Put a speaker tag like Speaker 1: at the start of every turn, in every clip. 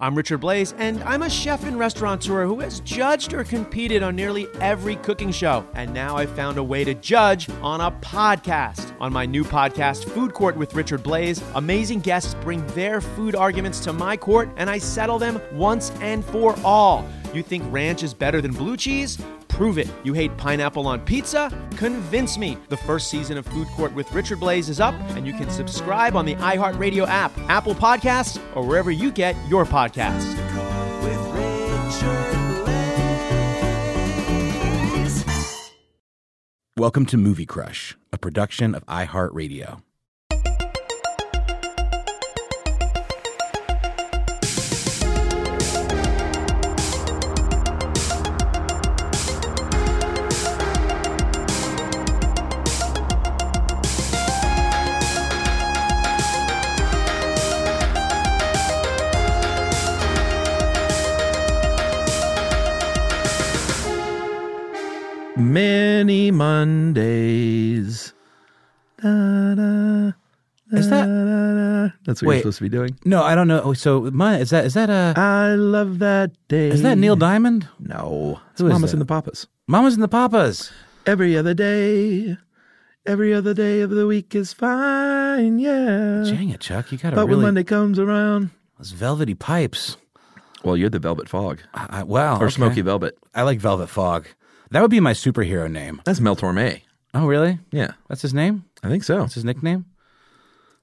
Speaker 1: I'm Richard Blaze, and I'm a chef and restaurateur who has judged or competed on nearly every cooking show. And now I've found a way to judge on a podcast. On my new podcast, Food Court with Richard Blaze, amazing guests bring their food arguments to my court, and I settle them once and for all. You think ranch is better than blue cheese? Prove it. You hate pineapple on pizza? Convince me. The first season of Food Court with Richard Blaze is up, and you can subscribe on the iHeartRadio app, Apple Podcasts, or wherever you get your podcasts.
Speaker 2: Welcome to Movie Crush, a production of iHeartRadio.
Speaker 3: Many Mondays. Da, da,
Speaker 2: Is that-
Speaker 3: da, da. That's what
Speaker 2: Wait.
Speaker 3: you're supposed to be doing.
Speaker 2: No, I don't know. Oh, so my is that is that uh
Speaker 3: I love that day.
Speaker 2: is that Neil Diamond?
Speaker 3: No. It's
Speaker 2: Who is
Speaker 3: Mamas
Speaker 2: that?
Speaker 3: and the Papas.
Speaker 2: Mamas and the Papas.
Speaker 3: Every other day. Every other day of the week is fine. Yeah.
Speaker 2: Dang it, Chuck! You gotta
Speaker 3: but when
Speaker 2: really
Speaker 3: Uh, Monday comes around.
Speaker 2: those velvety pipes.
Speaker 3: Well, you're the Velvet Fog
Speaker 2: I, I, wow,
Speaker 3: or
Speaker 2: okay.
Speaker 3: Smoky Velvet.
Speaker 2: I like Velvet Fog. That would be my superhero name.
Speaker 3: That's Mel Torme.
Speaker 2: Oh, really?
Speaker 3: Yeah.
Speaker 2: That's his name.
Speaker 3: I think so.
Speaker 2: That's his nickname.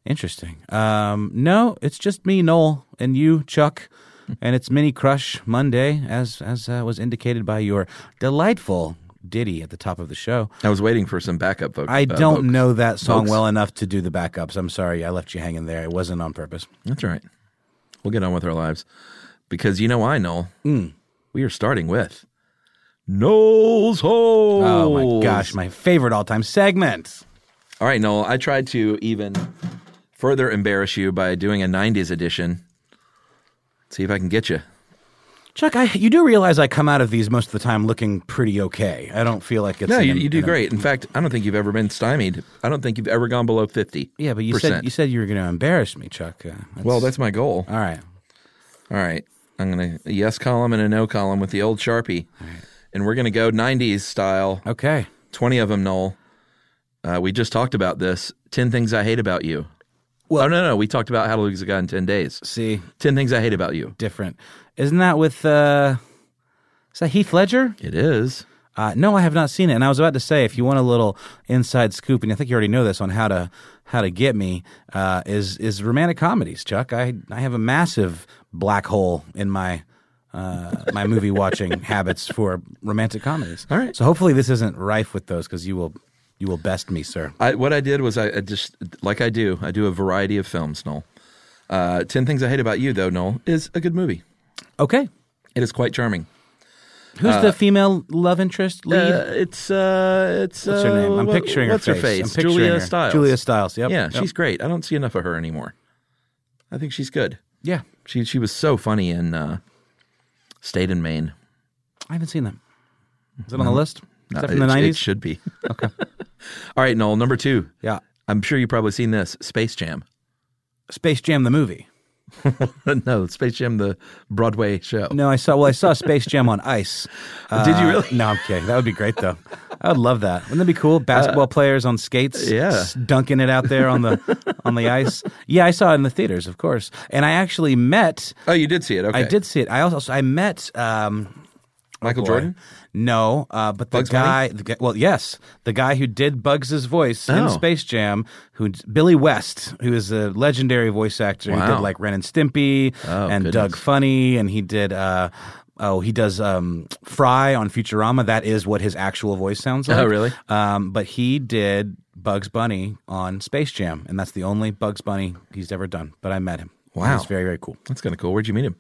Speaker 2: Interesting. Um, no, it's just me, Noel, and you, Chuck, and it's Mini Crush Monday, as as uh, was indicated by your delightful ditty at the top of the show.
Speaker 3: I was waiting for some backup voc-
Speaker 2: I
Speaker 3: uh,
Speaker 2: don't
Speaker 3: vocals.
Speaker 2: know that song
Speaker 3: Folks.
Speaker 2: well enough to do the backups. I'm sorry, I left you hanging there. It wasn't on purpose.
Speaker 3: That's right. We'll get on with our lives because you know I, Noel, we are starting with Noel's Holes.
Speaker 2: Oh my gosh, my favorite all time segment.
Speaker 3: All right, Noel, I tried to even further embarrass you by doing a 90s edition. See if I can get you.
Speaker 2: Chuck, I, you do realize I come out of these most of the time looking pretty okay. I don't feel like it's
Speaker 3: No,
Speaker 2: an-
Speaker 3: you, you do
Speaker 2: an-
Speaker 3: great. In fact, I don't think you've ever been stymied. I don't think you've ever gone below 50.
Speaker 2: Yeah, but you said you said you were going to embarrass me, Chuck. Uh,
Speaker 3: Well, that's my goal.
Speaker 2: all right.
Speaker 3: All right. I'm going to a yes column and a no column with the old Sharpie. And we're going to go 90s style.
Speaker 2: Okay.
Speaker 3: 20 of them, Noel. Uh, we just talked about this 10 things I hate about you. Well, oh, no, no. We talked about how to lose a guy in 10 days.
Speaker 2: See,
Speaker 3: 10 things I hate about you.
Speaker 2: different. Isn't that with uh is that Heath Ledger?
Speaker 3: It is.
Speaker 2: Uh, no, I have not seen it. And I was about to say, if you want a little inside scoop, and I think you already know this on how to how to get me, uh, is is romantic comedies, Chuck. I I have a massive black hole in my uh, my movie watching habits for romantic comedies.
Speaker 3: All right.
Speaker 2: So hopefully this isn't rife with those because you will you will best me, sir.
Speaker 3: I, what I did was I, I just, like I do, I do a variety of films, Noel. Uh, 10 things I hate about you, though, Noel, is a good movie.
Speaker 2: Okay.
Speaker 3: It is quite charming.
Speaker 2: Who's the female love interest lead?
Speaker 3: Uh, it's, uh, it's,
Speaker 2: What's her
Speaker 3: uh,
Speaker 2: name? I'm
Speaker 3: what-
Speaker 2: picturing
Speaker 3: what's
Speaker 2: her
Speaker 3: her
Speaker 2: face.
Speaker 3: face.
Speaker 2: I'm picturing
Speaker 3: Julia
Speaker 2: her.
Speaker 3: Stiles.
Speaker 2: Julia Stiles. Yep.
Speaker 3: yeah,
Speaker 2: Yep.
Speaker 3: she's great. I don't see enough of her anymore. I think she's good.
Speaker 2: yeah.
Speaker 3: She, she was so funny in uh, State in Maine.
Speaker 2: I haven't seen that. Is it on the list? Is
Speaker 3: No,
Speaker 2: that from the
Speaker 3: Uh, it-
Speaker 2: nineties?
Speaker 3: It should be. Okay. All right, Noel. Number two.
Speaker 2: Yeah.
Speaker 3: I'm sure you've probably seen this Space Jam.
Speaker 2: Space Jam the movie.
Speaker 3: no, Space Jam, the Broadway show.
Speaker 2: No, I saw. Well, I saw Space Jam on ice.
Speaker 3: Did you
Speaker 2: Uh,
Speaker 3: really?
Speaker 2: No, I'm kidding. That would be great though. I would love that. Wouldn't that be cool? Basketball players on skates,
Speaker 3: Uh, yeah.
Speaker 2: s- dunking it out there on the on the ice. Yeah, I saw it in the theaters, of course. And I actually met.
Speaker 3: Oh, you did see it. Okay.
Speaker 2: I did see it. I also I met um,
Speaker 3: Michael
Speaker 2: boy.
Speaker 3: Jordan.
Speaker 2: No, uh, but the
Speaker 3: Bugs Bunny?
Speaker 2: guy. The, guy- well, yes, the guy who did Bugs' voice
Speaker 3: Oh.
Speaker 2: in Space Jam, who Billy West, who is a legendary voice actor, who
Speaker 3: Wow.
Speaker 2: did like Ren and Stimpy
Speaker 3: Oh,
Speaker 2: and Doug
Speaker 3: goodness.
Speaker 2: Funny, and he did. Uh, Oh, he does um, Fry on Futurama. That is what his actual voice sounds like.
Speaker 3: Oh, really?
Speaker 2: Um, but he did Bugs Bunny on Space Jam, and that's the only Bugs Bunny he's ever done. But I met him.
Speaker 3: Wow.
Speaker 2: he's very very cool.
Speaker 3: That's kind of cool. Where'd you meet him?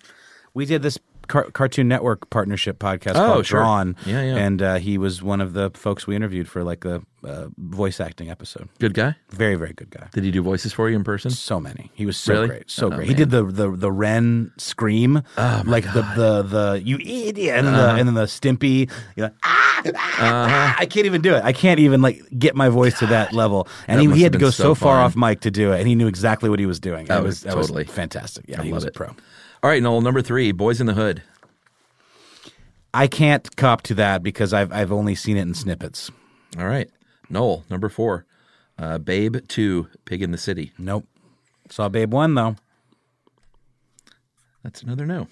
Speaker 2: we did this car- Cartoon Network partnership podcast
Speaker 3: Oh,
Speaker 2: called
Speaker 3: sure.
Speaker 2: Drawn.
Speaker 3: Yeah, yeah.
Speaker 2: And uh, he was one of the folks we interviewed for like the uh, voice acting episode.
Speaker 3: Good guy.
Speaker 2: Very, very good guy.
Speaker 3: Did he do voices for you in person?
Speaker 2: So many. He was so
Speaker 3: Really?
Speaker 2: great. So
Speaker 3: Oh,
Speaker 2: great. He
Speaker 3: man. Oh,
Speaker 2: did the the the Ren scream, like the the the you idiot, and then
Speaker 3: Uh-huh.
Speaker 2: the and then the Stimpy. You know, "Ah, ah, ah." I can't even do it. I can't even like get my voice to that level. And
Speaker 3: That
Speaker 2: he,
Speaker 3: must
Speaker 2: he had
Speaker 3: have
Speaker 2: to
Speaker 3: been
Speaker 2: go
Speaker 3: so
Speaker 2: so far
Speaker 3: fun.
Speaker 2: off mic to do it, and he knew exactly what he was doing. That
Speaker 3: Oh,
Speaker 2: was that
Speaker 3: totally.
Speaker 2: was fantastic. Yeah, he
Speaker 3: love
Speaker 2: was a
Speaker 3: it.
Speaker 2: pro.
Speaker 3: All right, Noel. Number three, Boys in the Hood.
Speaker 2: I can't cop to that because I've I've only seen it in snippets.
Speaker 3: All right, Noel. Number four, uh, Babe Two, Pig in the City.
Speaker 2: Nope. Saw Babe One though.
Speaker 3: That's another no.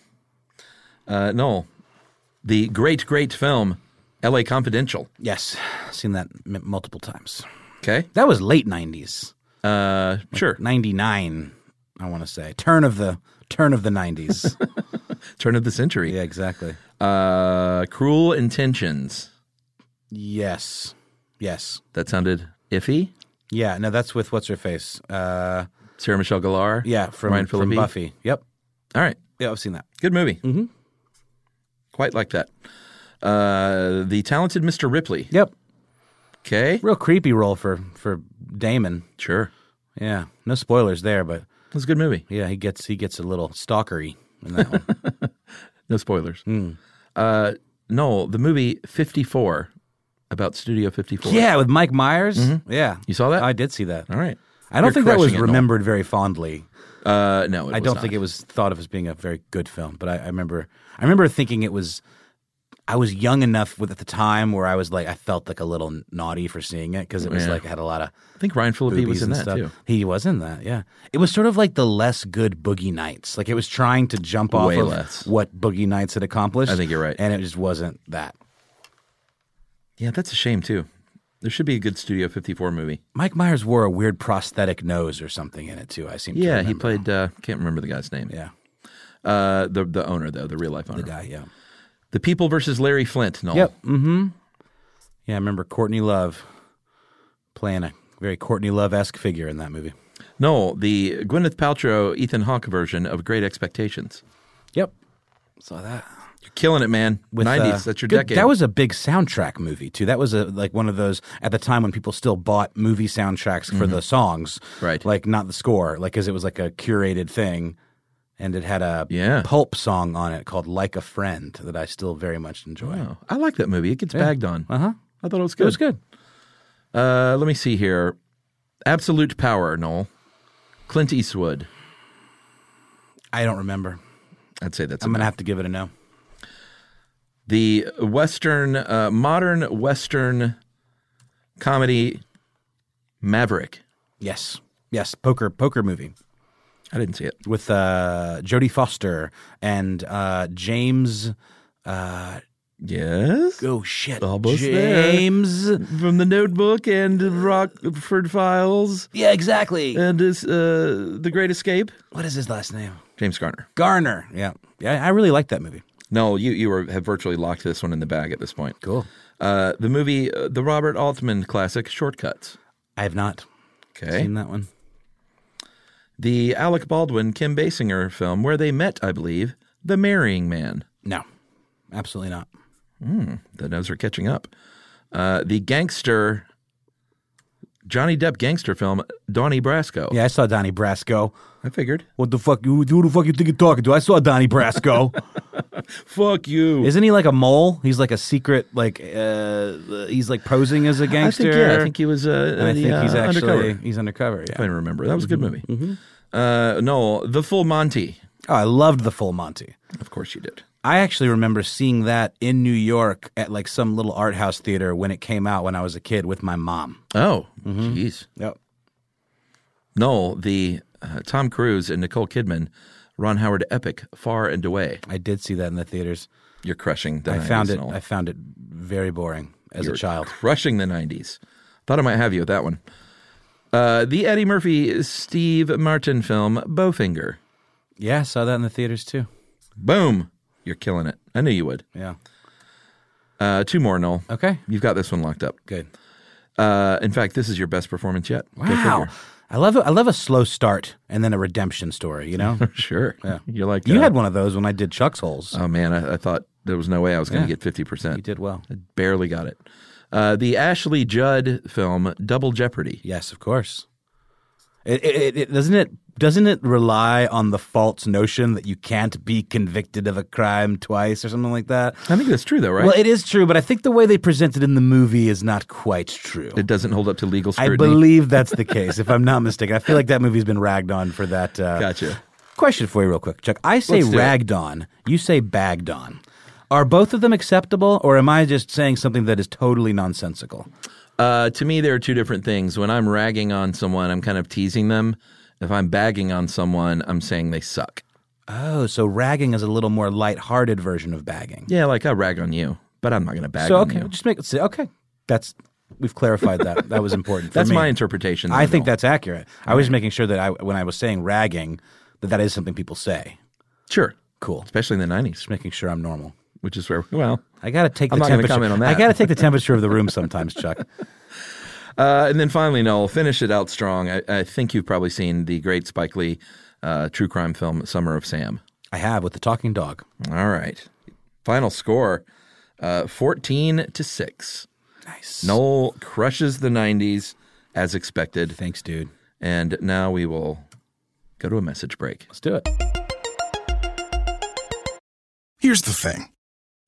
Speaker 3: Uh, Noel, the great great film, L.A. Confidential.
Speaker 2: Yes, seen that m- multiple times.
Speaker 3: Okay.
Speaker 2: That was late nineties.
Speaker 3: Uh, sure.
Speaker 2: 99 i want to say turn of the turn of the 90s
Speaker 3: Turn of the century.
Speaker 2: yeah exactly
Speaker 3: Uh, Cruel Intentions.
Speaker 2: yes yes
Speaker 3: That sounded iffy.
Speaker 2: yeah no that's with what's her face uh
Speaker 3: Sarah Michelle Gellar.
Speaker 2: yeah from,
Speaker 3: Ryan
Speaker 2: from
Speaker 3: Phillippe.
Speaker 2: buffy yep
Speaker 3: All right.
Speaker 2: yeah i've seen that
Speaker 3: Good movie. Mm-hmm. Quite like that. Uh, the Talented Mr. Ripley.
Speaker 2: yep
Speaker 3: Okay.
Speaker 2: real creepy role for for damon
Speaker 3: Sure.
Speaker 2: yeah no spoilers there but
Speaker 3: It was a good movie.
Speaker 2: yeah he gets he gets a little stalkery in that one
Speaker 3: No spoilers.
Speaker 2: Hmm.
Speaker 3: Uh, Noel, the movie 54 about Studio 54.
Speaker 2: yeah with mike myers yeah
Speaker 3: Mm-hmm. You saw that?
Speaker 2: i did see that
Speaker 3: All right.
Speaker 2: i don't
Speaker 3: You're
Speaker 2: think that was
Speaker 3: crushing it, Noel.
Speaker 2: remembered very fondly
Speaker 3: Uh, no, it
Speaker 2: I
Speaker 3: was
Speaker 2: don't
Speaker 3: not.
Speaker 2: think it was thought of as being a very good film, but I, I remember I remember thinking it was I was young enough with at the time where I was like I felt like a little naughty for seeing it because it was
Speaker 3: Yeah.
Speaker 2: like it had a lot of
Speaker 3: I think Ryan Phillippe
Speaker 2: boobies
Speaker 3: was in
Speaker 2: and
Speaker 3: that
Speaker 2: stuff.
Speaker 3: too.
Speaker 2: He was in that, yeah. It was sort of like the less good Boogie Nights. Like it was trying to jump off
Speaker 3: Way
Speaker 2: of
Speaker 3: less.
Speaker 2: what Boogie Nights had accomplished.
Speaker 3: I think you're right.
Speaker 2: and it just wasn't that.
Speaker 3: Yeah, that's a shame too. There should be a good Studio 54 movie.
Speaker 2: Mike Myers wore a weird prosthetic nose or something in it too. I seem to
Speaker 3: Yeah, he
Speaker 2: remember.
Speaker 3: played. Uh, can't remember the guy's name.
Speaker 2: yeah
Speaker 3: Uh, the the owner though, the real life owner.
Speaker 2: the guy yeah
Speaker 3: The People versus Larry Flint. Noel.
Speaker 2: Yep. Mm-hmm. Yeah, I remember Courtney Love playing a very Courtney Love esque figure in that movie.
Speaker 3: Noel, the Gwyneth Paltrow, Ethan Hawke version of Great Expectations.
Speaker 2: Yep. Saw that.
Speaker 3: You're killing it, man.
Speaker 2: With, uh,
Speaker 3: 90s. that's your
Speaker 2: good-
Speaker 3: decade.
Speaker 2: That was a big soundtrack movie too. That was a like one of those at the time when people still bought movie soundtracks for the songs,
Speaker 3: Right.
Speaker 2: Like not the score, like because it was like a curated thing, and it had a
Speaker 3: Yeah.
Speaker 2: pulp song on it called "Like a Friend" that I still very much enjoy.
Speaker 3: Oh, I like that movie. It gets bagged on.
Speaker 2: Uh huh.
Speaker 3: I thought it was
Speaker 2: It
Speaker 3: good.
Speaker 2: was good.
Speaker 3: Uh, let me see here. Absolute Power, Noel. Clint Eastwood.
Speaker 2: I don't remember.
Speaker 3: I'd say that's
Speaker 2: I'm
Speaker 3: about
Speaker 2: gonna have to give it a no.
Speaker 3: the Western, uh, modern Western comedy Maverick.
Speaker 2: Yes. Yes. Poker. Poker movie.
Speaker 3: I didn't see it.
Speaker 2: with uh, Jodie Foster and uh, James. Uh,
Speaker 3: Yes.
Speaker 2: oh shit,
Speaker 3: Almost there.
Speaker 2: James.
Speaker 3: From the Notebook and Rockford Files
Speaker 2: Yeah, exactly.
Speaker 3: and is, uh, The Great Escape.
Speaker 2: what is his last name?
Speaker 3: James Garner.
Speaker 2: Garner. Yeah, yeah. I really like that movie.
Speaker 3: No, you you are, have virtually locked this one in the bag at this point.
Speaker 2: Cool.
Speaker 3: Uh, the movie, uh, the Robert Altman classic, Shortcuts.
Speaker 2: I have not
Speaker 3: Okay.
Speaker 2: seen that one.
Speaker 3: The Alec Baldwin, Kim Basinger film, where they met, I believe, The Marrying Man.
Speaker 2: No, absolutely not.
Speaker 3: The nose are catching up. Uh, the gangster, Johnny Depp gangster film, Donnie Brasco.
Speaker 2: Yeah, I saw Donnie Brasco.
Speaker 3: I figured.
Speaker 2: What the fuck? Who, who the fuck you think you're talking to? I saw Donnie Brasco.
Speaker 3: Fuck you.
Speaker 2: Isn't he like a mole? He's like a secret, like uh, he's like posing as a
Speaker 3: I
Speaker 2: gangster.
Speaker 3: think, yeah, I think he was. Uh,
Speaker 2: And I
Speaker 3: the,
Speaker 2: think he's
Speaker 3: uh,
Speaker 2: actually
Speaker 3: undercover.
Speaker 2: he's undercover.
Speaker 3: I
Speaker 2: Yeah. Mm-hmm.
Speaker 3: don't remember. That was a good movie. Uh, Noel, The Full Monty.
Speaker 2: Oh, I loved the Full Monty.
Speaker 3: Of course you did.
Speaker 2: I actually remember seeing that in New York at like some little art house theater when it came out when I was a kid with my mom.
Speaker 3: Oh, jeez.
Speaker 2: Yep.
Speaker 3: Noel, the uh, Tom Cruise and Nicole Kidman, Ron Howard epic, Far and Away.
Speaker 2: I did see that in the theaters.
Speaker 3: You're crushing the
Speaker 2: I
Speaker 3: 90s,
Speaker 2: found it
Speaker 3: Noel.
Speaker 2: I found it very boring as
Speaker 3: You're
Speaker 2: a child.
Speaker 3: Crushing the 90s. Thought I might have you with that one. Uh, the Eddie Murphy, Steve Martin film, Bowfinger.
Speaker 2: Yeah, I saw that in the theaters too.
Speaker 3: Boom. You're killing it. I knew you would.
Speaker 2: Yeah.
Speaker 3: Uh, two more, Noel.
Speaker 2: Okay.
Speaker 3: You've got this one locked up.
Speaker 2: Good.
Speaker 3: Uh, in fact, this is your best performance yet. Go
Speaker 2: Wow.
Speaker 3: figure.
Speaker 2: I love a, I love a slow start and then a redemption story. You know,
Speaker 3: Sure.
Speaker 2: Yeah. Uh,
Speaker 3: You're like
Speaker 2: you
Speaker 3: uh,
Speaker 2: had one of those when I did Chuck's holes.
Speaker 3: Oh man, I, I thought there was no way I was going
Speaker 2: Yeah.
Speaker 3: to get 50%.
Speaker 2: you did well.
Speaker 3: I barely got it. Uh, the Ashley Judd film Double Jeopardy.
Speaker 2: Yes, of course. It, it, it, it doesn't it doesn't it rely on the false notion that you can't be convicted of a crime twice or something like that.
Speaker 3: I think that's true though, right?
Speaker 2: Well, it is true, but I think the way they present it in the movie is not quite true.
Speaker 3: it doesn't hold up to legal
Speaker 2: I
Speaker 3: scrutiny.
Speaker 2: believe that's the case, if I'm not mistaken. I feel like that movie's been ragged on for that. Uh,
Speaker 3: Gotcha.
Speaker 2: Question for you, real quick, Chuck. I say
Speaker 3: Let's do it.
Speaker 2: ragged on. You say bagged on. Are both of them acceptable, or am I just saying something that is totally nonsensical?
Speaker 3: Uh, to me, there are two different things. When I'm ragging on someone, I'm kind of teasing them. If I'm bagging on someone, I'm saying they suck.
Speaker 2: Oh, so ragging is a little more lighthearted version of bagging.
Speaker 3: Yeah, like I rag on you, but I'm not going to bag
Speaker 2: so
Speaker 3: on
Speaker 2: okay,
Speaker 3: you.
Speaker 2: just make it say okay. That's we've clarified that. that was important. For
Speaker 3: That's
Speaker 2: me.
Speaker 3: my interpretation.
Speaker 2: I think
Speaker 3: though.
Speaker 2: that's accurate. I was just making sure that I, when I was saying ragging, that that is something people say.
Speaker 3: sure,
Speaker 2: Cool. Just
Speaker 3: especially in the '90s,
Speaker 2: making sure I'm normal.
Speaker 3: which is where well.
Speaker 2: I gotta take
Speaker 3: I'm
Speaker 2: the
Speaker 3: not gonna
Speaker 2: temperature.
Speaker 3: comment on
Speaker 2: I
Speaker 3: that.
Speaker 2: gotta take the temperature of the room sometimes, Chuck.
Speaker 3: Uh, and then finally, Noel, finish it out strong. I, I think you've probably seen the great Spike Lee uh, true crime film Summer of Sam.
Speaker 2: I have with the talking dog.
Speaker 3: All right, final score: uh, fourteen to six.
Speaker 2: Nice.
Speaker 3: Noel crushes the '90s as expected.
Speaker 2: Thanks, dude.
Speaker 3: And now we will go to a message break.
Speaker 2: Let's do it.
Speaker 4: Here's the thing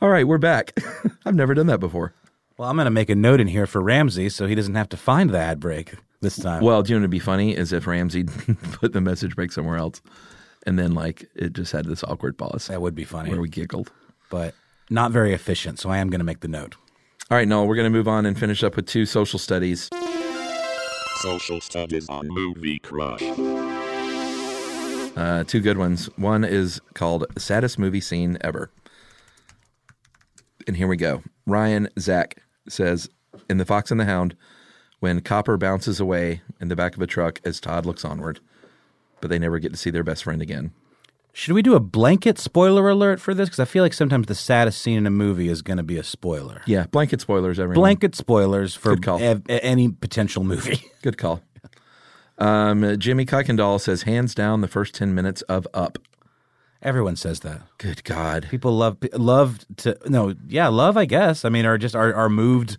Speaker 3: All right, we're back. I've never done that before.
Speaker 2: Well, I'm gonna make a note in here for Ramsey so he doesn't have to find the ad break this time.
Speaker 3: Well, do you know what'd be funny is if Ramsey put the message break somewhere else, and then like it just had this awkward pause
Speaker 2: that would be funny,
Speaker 3: where we giggled.
Speaker 2: but not very efficient. So I am gonna make the note.
Speaker 3: All right, Noel, we're going to move on and finish up with two social studies.
Speaker 5: Social studies on movie crush.
Speaker 3: Uh, two good ones. One is called Saddest Movie Scene Ever. And here we go. Ryan Zach says in The Fox and the Hound, when Copper bounces away in the back of a truck as Todd looks onward, but they never get to see their best friend again.
Speaker 2: Should we do a blanket spoiler alert for this? Because I feel like sometimes the saddest scene in a movie is gonna be a spoiler.
Speaker 3: Yeah, blanket spoilers, everyone.
Speaker 2: Blanket spoilers for
Speaker 3: Good call.
Speaker 2: ev- any potential movie.
Speaker 3: Good call. Um, Jimmy Kuykendall says, hands down, the first 10 minutes of Up.
Speaker 2: Everyone says that.
Speaker 3: Good God.
Speaker 2: people love pe- love to no yeah love i guess i mean are just are, are moved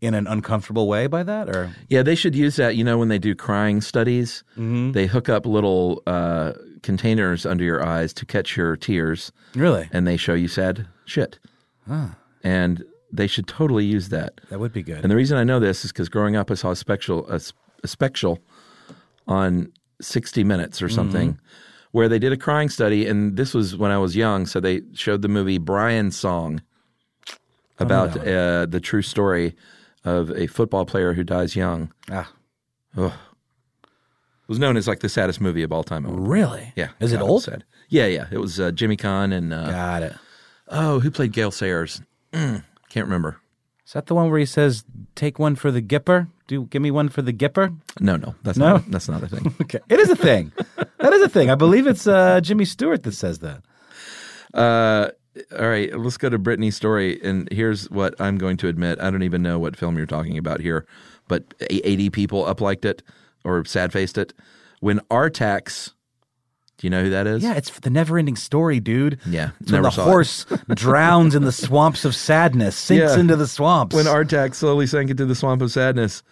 Speaker 2: in an uncomfortable way by that or
Speaker 3: Yeah, they should use that. You know, when they do crying studies, they hook up little uh, containers under your eyes to catch your tears,
Speaker 2: really
Speaker 3: and they show you sad shit. And they should totally use that.
Speaker 2: that would be good
Speaker 3: And the reason I know this is because growing up, I saw a special, a, s- a special on 60 Minutes or something
Speaker 2: Mm-hmm.
Speaker 3: where they did a crying study. And this was when I was young. So they showed the movie Brian's Song
Speaker 2: Oh,
Speaker 3: about uh, the true story of a football player who dies young.
Speaker 2: ah,
Speaker 3: It was known as like the saddest movie of all time.
Speaker 2: really
Speaker 3: Yeah.
Speaker 2: is it
Speaker 3: God,
Speaker 2: old
Speaker 3: was Sad. Yeah, yeah. It was uh, Jimmy Kahn and, uh,
Speaker 2: got it
Speaker 3: oh, who played Gail Sayers? Mm, Can't remember.
Speaker 2: is that the one where he says take one for the gipper do give me one for the gipper
Speaker 3: No, no. That's,
Speaker 2: No?
Speaker 3: Not, that's not a thing.
Speaker 2: okay it is a thing that is a thing i believe it's uh, jimmy stewart that says that
Speaker 3: Uh, all right, let's go to Brittany's story. And here's what I'm going to admit: I don't even know what film you're talking about here, but 80 people upliked it or sad faced it. When Artax, do you know who that is?
Speaker 2: yeah it's the never ending story dude
Speaker 3: Yeah,
Speaker 2: it's when
Speaker 3: never
Speaker 2: the
Speaker 3: saw it.
Speaker 2: horse drowns in the swamps of sadness sinks
Speaker 3: Yeah.
Speaker 2: into the swamps
Speaker 3: When Artax slowly sank into the swamp of sadness,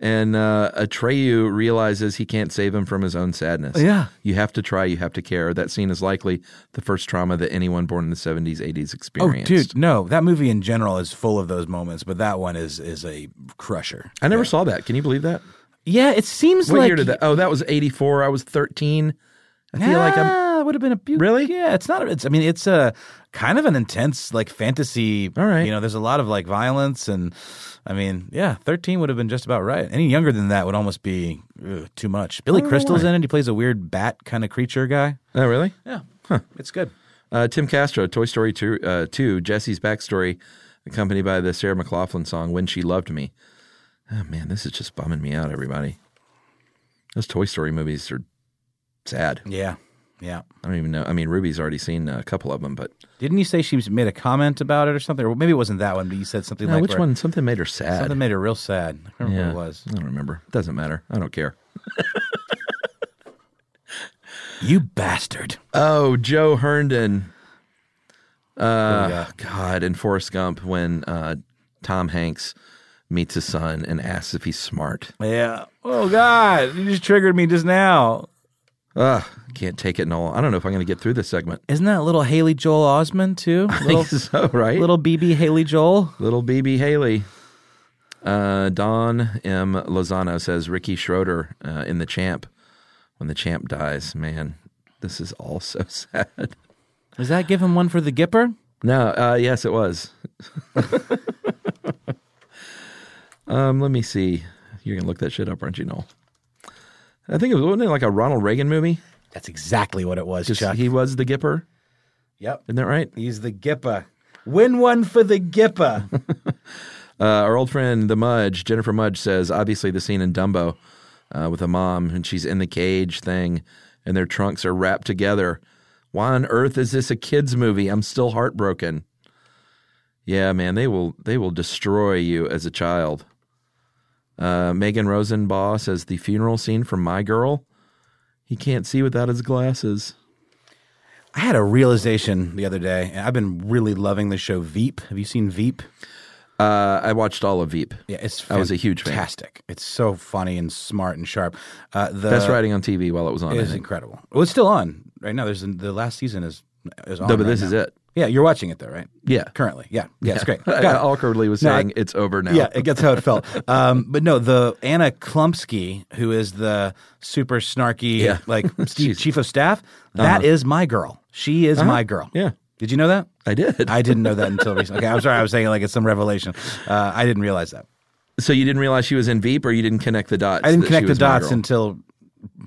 Speaker 3: And uh, Atreyu realizes he can't save him from his own sadness.
Speaker 2: Yeah.
Speaker 3: You have to try, you have to care. That scene is likely the first trauma that anyone born in the 70s, 80s experienced.
Speaker 2: Oh, dude, no. That movie in general is full of those moments, but that one is is a crusher.
Speaker 3: I never saw that. Can you believe that?
Speaker 2: Yeah, it seems
Speaker 3: What
Speaker 2: like
Speaker 3: year did that? Oh, that was 84. I was 13. I feel like I'm.
Speaker 2: Ah, it would have been a bu-
Speaker 3: Really?
Speaker 2: Yeah, it's not. It's I mean, it's a kind of an intense like fantasy.
Speaker 3: All right.
Speaker 2: you know, there's a lot of like violence and, I mean, yeah, thirteen would have been just about right. Any younger than that would almost be ugh, too much. Billy Crystal's in it. He plays a weird bat kind of creature guy.
Speaker 3: Oh, really?
Speaker 2: Yeah, it's good.
Speaker 3: Uh, Tim Castro, Toy Story 2, uh, 2, Jesse's backstory, accompanied by the Sarah McLaughlin song, When She Loved Me. Oh, man, this is just bumming me out, everybody. Those Toy Story movies are sad.
Speaker 2: Yeah, yeah.
Speaker 3: I don't even know. I mean, Ruby's already seen uh, a couple of them, but
Speaker 2: Didn't you say she was- made a comment about it or something? Or maybe it wasn't that one, but you said something
Speaker 3: No,
Speaker 2: like
Speaker 3: which
Speaker 2: where-
Speaker 3: one? Something made her sad.
Speaker 2: Something made her real sad. I can't remember
Speaker 3: yeah.
Speaker 2: what it was.
Speaker 3: I don't remember. Doesn't matter. I don't care.
Speaker 2: You bastard.
Speaker 3: Oh, Joe Herndon. Uh,
Speaker 2: yeah.
Speaker 3: God, in Forrest Gump, when uh, Tom Hanks meets his son and asks if he's smart.
Speaker 2: Yeah. Oh God, you just triggered me just now.
Speaker 3: Ugh, can't take it, Noel. I don't know if I'm going to get through this segment.
Speaker 2: Isn't that little Haley Joel Osment too? Little,
Speaker 3: so, right? Little,
Speaker 2: little BB Haley Joel.
Speaker 3: little BB Haley. Uh, Don M. Lozano says Ricky Schroeder uh, in The Champ. When the champ dies, man, this is all so sad.
Speaker 2: Does that give him one for the Gipper?
Speaker 3: No, uh, yes, it was. um, let me see. You're going to look that shit up, aren't you, Noel? I think it was wasn't it like a Ronald Reagan movie.
Speaker 2: That's exactly what it was,
Speaker 3: 'Cause He was the Gipper.
Speaker 2: yep.
Speaker 3: Isn't that right?
Speaker 2: He's the Gipper. Win one for the Gipper.
Speaker 3: Uh, our old friend, the Mudge, Jennifer Mudge, says obviously the scene in Dumbo uh, with a mom and she's in the cage thing and their trunks are wrapped together. Why on earth is this a kids movie? I'm still heartbroken. Yeah, man, they will they will destroy you as a child. Uh, Megan Rosenbaugh says the funeral scene from My Girl. He can't see without his glasses.
Speaker 2: I had a realization the other day. and I've been really loving the show Veep. Have you seen Veep?
Speaker 3: Uh, I watched all of Veep.
Speaker 2: Yeah, it's
Speaker 3: I was a huge fan.
Speaker 2: fantastic. It's so funny and smart and sharp. Uh, the,
Speaker 3: Best writing on TV while it was on. I
Speaker 2: It is
Speaker 3: think.
Speaker 2: incredible. Well, it's still on right now. There's the last season is is on.
Speaker 3: No, but
Speaker 2: right
Speaker 3: this
Speaker 2: now.
Speaker 3: is it.
Speaker 2: Yeah, you're watching it though, right?
Speaker 3: Yeah.
Speaker 2: currently. Yeah, yeah, it's great.
Speaker 3: I
Speaker 2: Got it.
Speaker 3: awkwardly was
Speaker 2: No, I-
Speaker 3: saying it's over now.
Speaker 2: Yeah, it gets how it felt. Um, but no, the Anna Klumsky, who is the super snarky,
Speaker 3: Yeah.
Speaker 2: like
Speaker 3: She's- Uh-huh.
Speaker 2: chief, chief of staff, that is my girl. She is my girl.
Speaker 3: Yeah.
Speaker 2: Did you know that?
Speaker 3: I did.
Speaker 2: I didn't know that until recently. Okay, I'm sorry. I was saying like it's some revelation. Uh, I didn't realize that.
Speaker 3: so you didn't realize she was in Veep, or you didn't connect the dots.
Speaker 2: I didn't
Speaker 3: that she
Speaker 2: connect the
Speaker 3: was my
Speaker 2: dots
Speaker 3: girl?
Speaker 2: until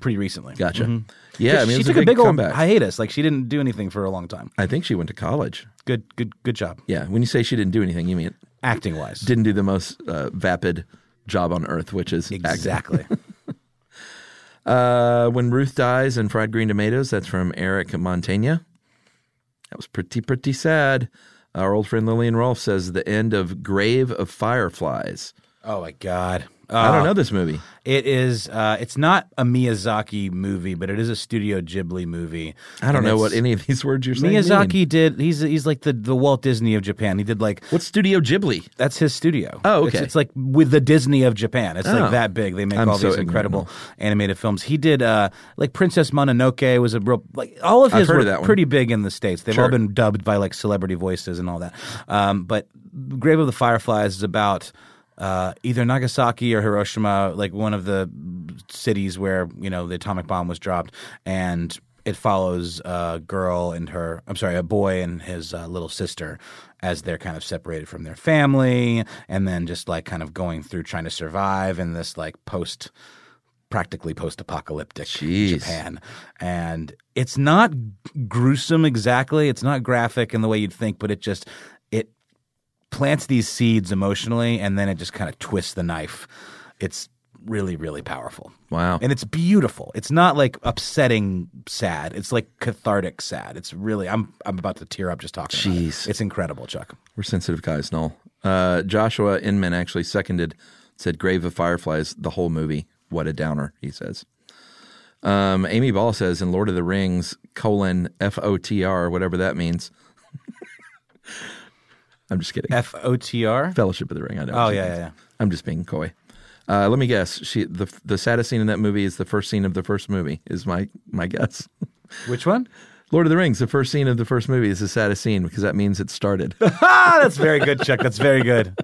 Speaker 2: pretty recently.
Speaker 3: Gotcha. Yeah, I mean,
Speaker 2: she
Speaker 3: it was
Speaker 2: took
Speaker 3: a big,
Speaker 2: old
Speaker 3: comeback.
Speaker 2: hiatus. Like she didn't do anything for a long time.
Speaker 3: I think she went to college.
Speaker 2: Good, good, good job
Speaker 3: Yeah, when you say she didn't do anything, you mean
Speaker 2: acting wise.
Speaker 3: didn't do the most uh, vapid job on earth, which is acting.
Speaker 2: exactly.
Speaker 3: Uh, when Ruth dies in Fried Green Tomatoes, that's from Eric Montaigne. That was pretty pretty sad. Our old friend Lillian Rolfe says the end of Grave of Fireflies.
Speaker 2: oh my god.
Speaker 3: I
Speaker 2: Uh,
Speaker 3: don't know this movie.
Speaker 2: It is. Uh, it's not a Miyazaki movie, but it is a Studio Ghibli movie.
Speaker 3: I don't
Speaker 2: And
Speaker 3: know
Speaker 2: it's-
Speaker 3: what any of these words you're saying. mean.
Speaker 2: Miyazaki did. He's he's like the the Walt Disney of Japan. He did like
Speaker 3: What's Studio Ghibli?
Speaker 2: that's his studio.
Speaker 3: Oh,
Speaker 2: It's,
Speaker 3: okay.
Speaker 2: it's like with the Disney of Japan. It's
Speaker 3: Oh.
Speaker 2: like that big. They make
Speaker 3: I'm
Speaker 2: all
Speaker 3: so
Speaker 2: these incredible
Speaker 3: ignorant.
Speaker 2: animated films. He did uh, like Princess Mononoke was a real like all of
Speaker 3: I've
Speaker 2: his
Speaker 3: heard
Speaker 2: were
Speaker 3: of that one.
Speaker 2: pretty big in the states. They've all
Speaker 3: Sure.
Speaker 2: been dubbed by like celebrity voices and all that. Um, but Grave of the Fireflies is about. Uh, either Nagasaki or Hiroshima, like one of the cities where you know the atomic bomb was dropped, and it follows a girl and her i'm sorry a boy and his uh, little sister as they're kind of separated from their family and then just like kind of going through trying to survive in this like post practically post-apocalyptic
Speaker 3: Jeez.
Speaker 2: japan and it's not gruesome exactly it's not graphic in the way you'd think but it just it plants these seeds emotionally and then it just kind of twists the knife it's really really powerful
Speaker 3: Wow.
Speaker 2: and it's beautiful. It's not like upsetting sad. It's like cathartic sad. It's really I'm I'm about to tear up just talking about it.
Speaker 3: Jeez.
Speaker 2: It's incredible, Chuck.
Speaker 3: We're sensitive guys, Noel. Uh, Joshua Inman actually seconded, said Grave of Fireflies, the whole movie. What a downer, he says. Um, Amy Ball says in Lord of the Rings, colon, F O T R, whatever that means. I'm just kidding.
Speaker 2: F O T R.
Speaker 3: Fellowship of the Ring, I know.
Speaker 2: Oh yeah, yeah, yeah.
Speaker 3: I'm just being coy. Uh, let me guess. She the the saddest scene in that movie is the first scene of the first movie. Is my my guess.
Speaker 2: Which one?
Speaker 3: Lord of the Rings. The first scene of the first movie is the saddest scene because that means it started.
Speaker 2: Ah, that's very good, Chuck. That's very good.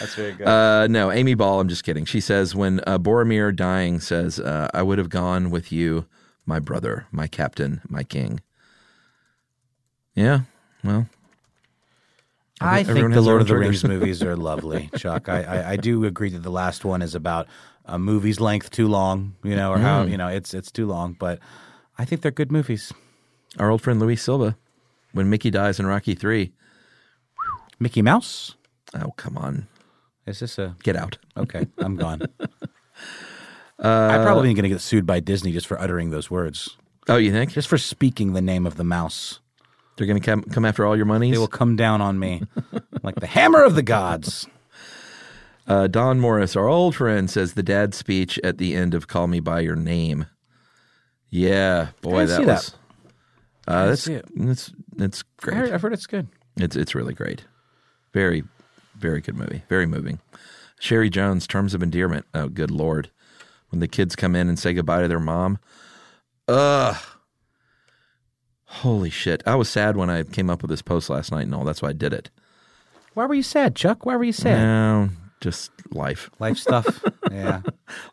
Speaker 2: That's very good.
Speaker 3: Uh, no, Amy Ball. I'm just kidding. She says when uh, Boromir dying says, uh, "I would have gone with you, my brother, my captain, my king." Yeah. Well,
Speaker 2: I
Speaker 3: everyone
Speaker 2: think the
Speaker 3: has their
Speaker 2: Lord
Speaker 3: own
Speaker 2: of the
Speaker 3: triggers.
Speaker 2: Rings movies are lovely, Chuck. I, I, I do agree that the last one is about a movie's length too long, you know, or how
Speaker 3: Mm.
Speaker 2: you know it's it's too long. But I think they're good movies.
Speaker 3: our old friend Luis Silva, when Mickey dies in Rocky Three.
Speaker 2: Mickey Mouse.
Speaker 3: Oh, come on,
Speaker 2: Is this a
Speaker 3: get out.
Speaker 2: okay? I'm gone.
Speaker 3: Uh,
Speaker 2: I probably am going to get sued by Disney just for uttering those words,
Speaker 3: Oh, you think
Speaker 2: just for speaking the name of the mouse.
Speaker 3: they're going to come come after all your monies?
Speaker 2: They will come down on me like the hammer of the gods.
Speaker 3: Uh, Don Morris, our old friend, says the dad's speech at the end of "Call Me by Your Name." Yeah, boy,
Speaker 2: didn't
Speaker 3: that
Speaker 2: see that.
Speaker 3: was. Uh, that's
Speaker 2: see it.
Speaker 3: that's that's
Speaker 2: I
Speaker 3: great.
Speaker 2: heard, I've heard it's good.
Speaker 3: It's it's really great. Very, very good movie. Very moving. Sherry Jones, Terms of Endearment. Oh, good lord. When the kids come in and say goodbye to their mom. Ugh. Holy shit. I was sad when I came up with this post last night and all. That's why I did it.
Speaker 2: Why were you sad, Chuck? Why were you sad?
Speaker 3: No, just life.
Speaker 2: Life stuff. Yeah.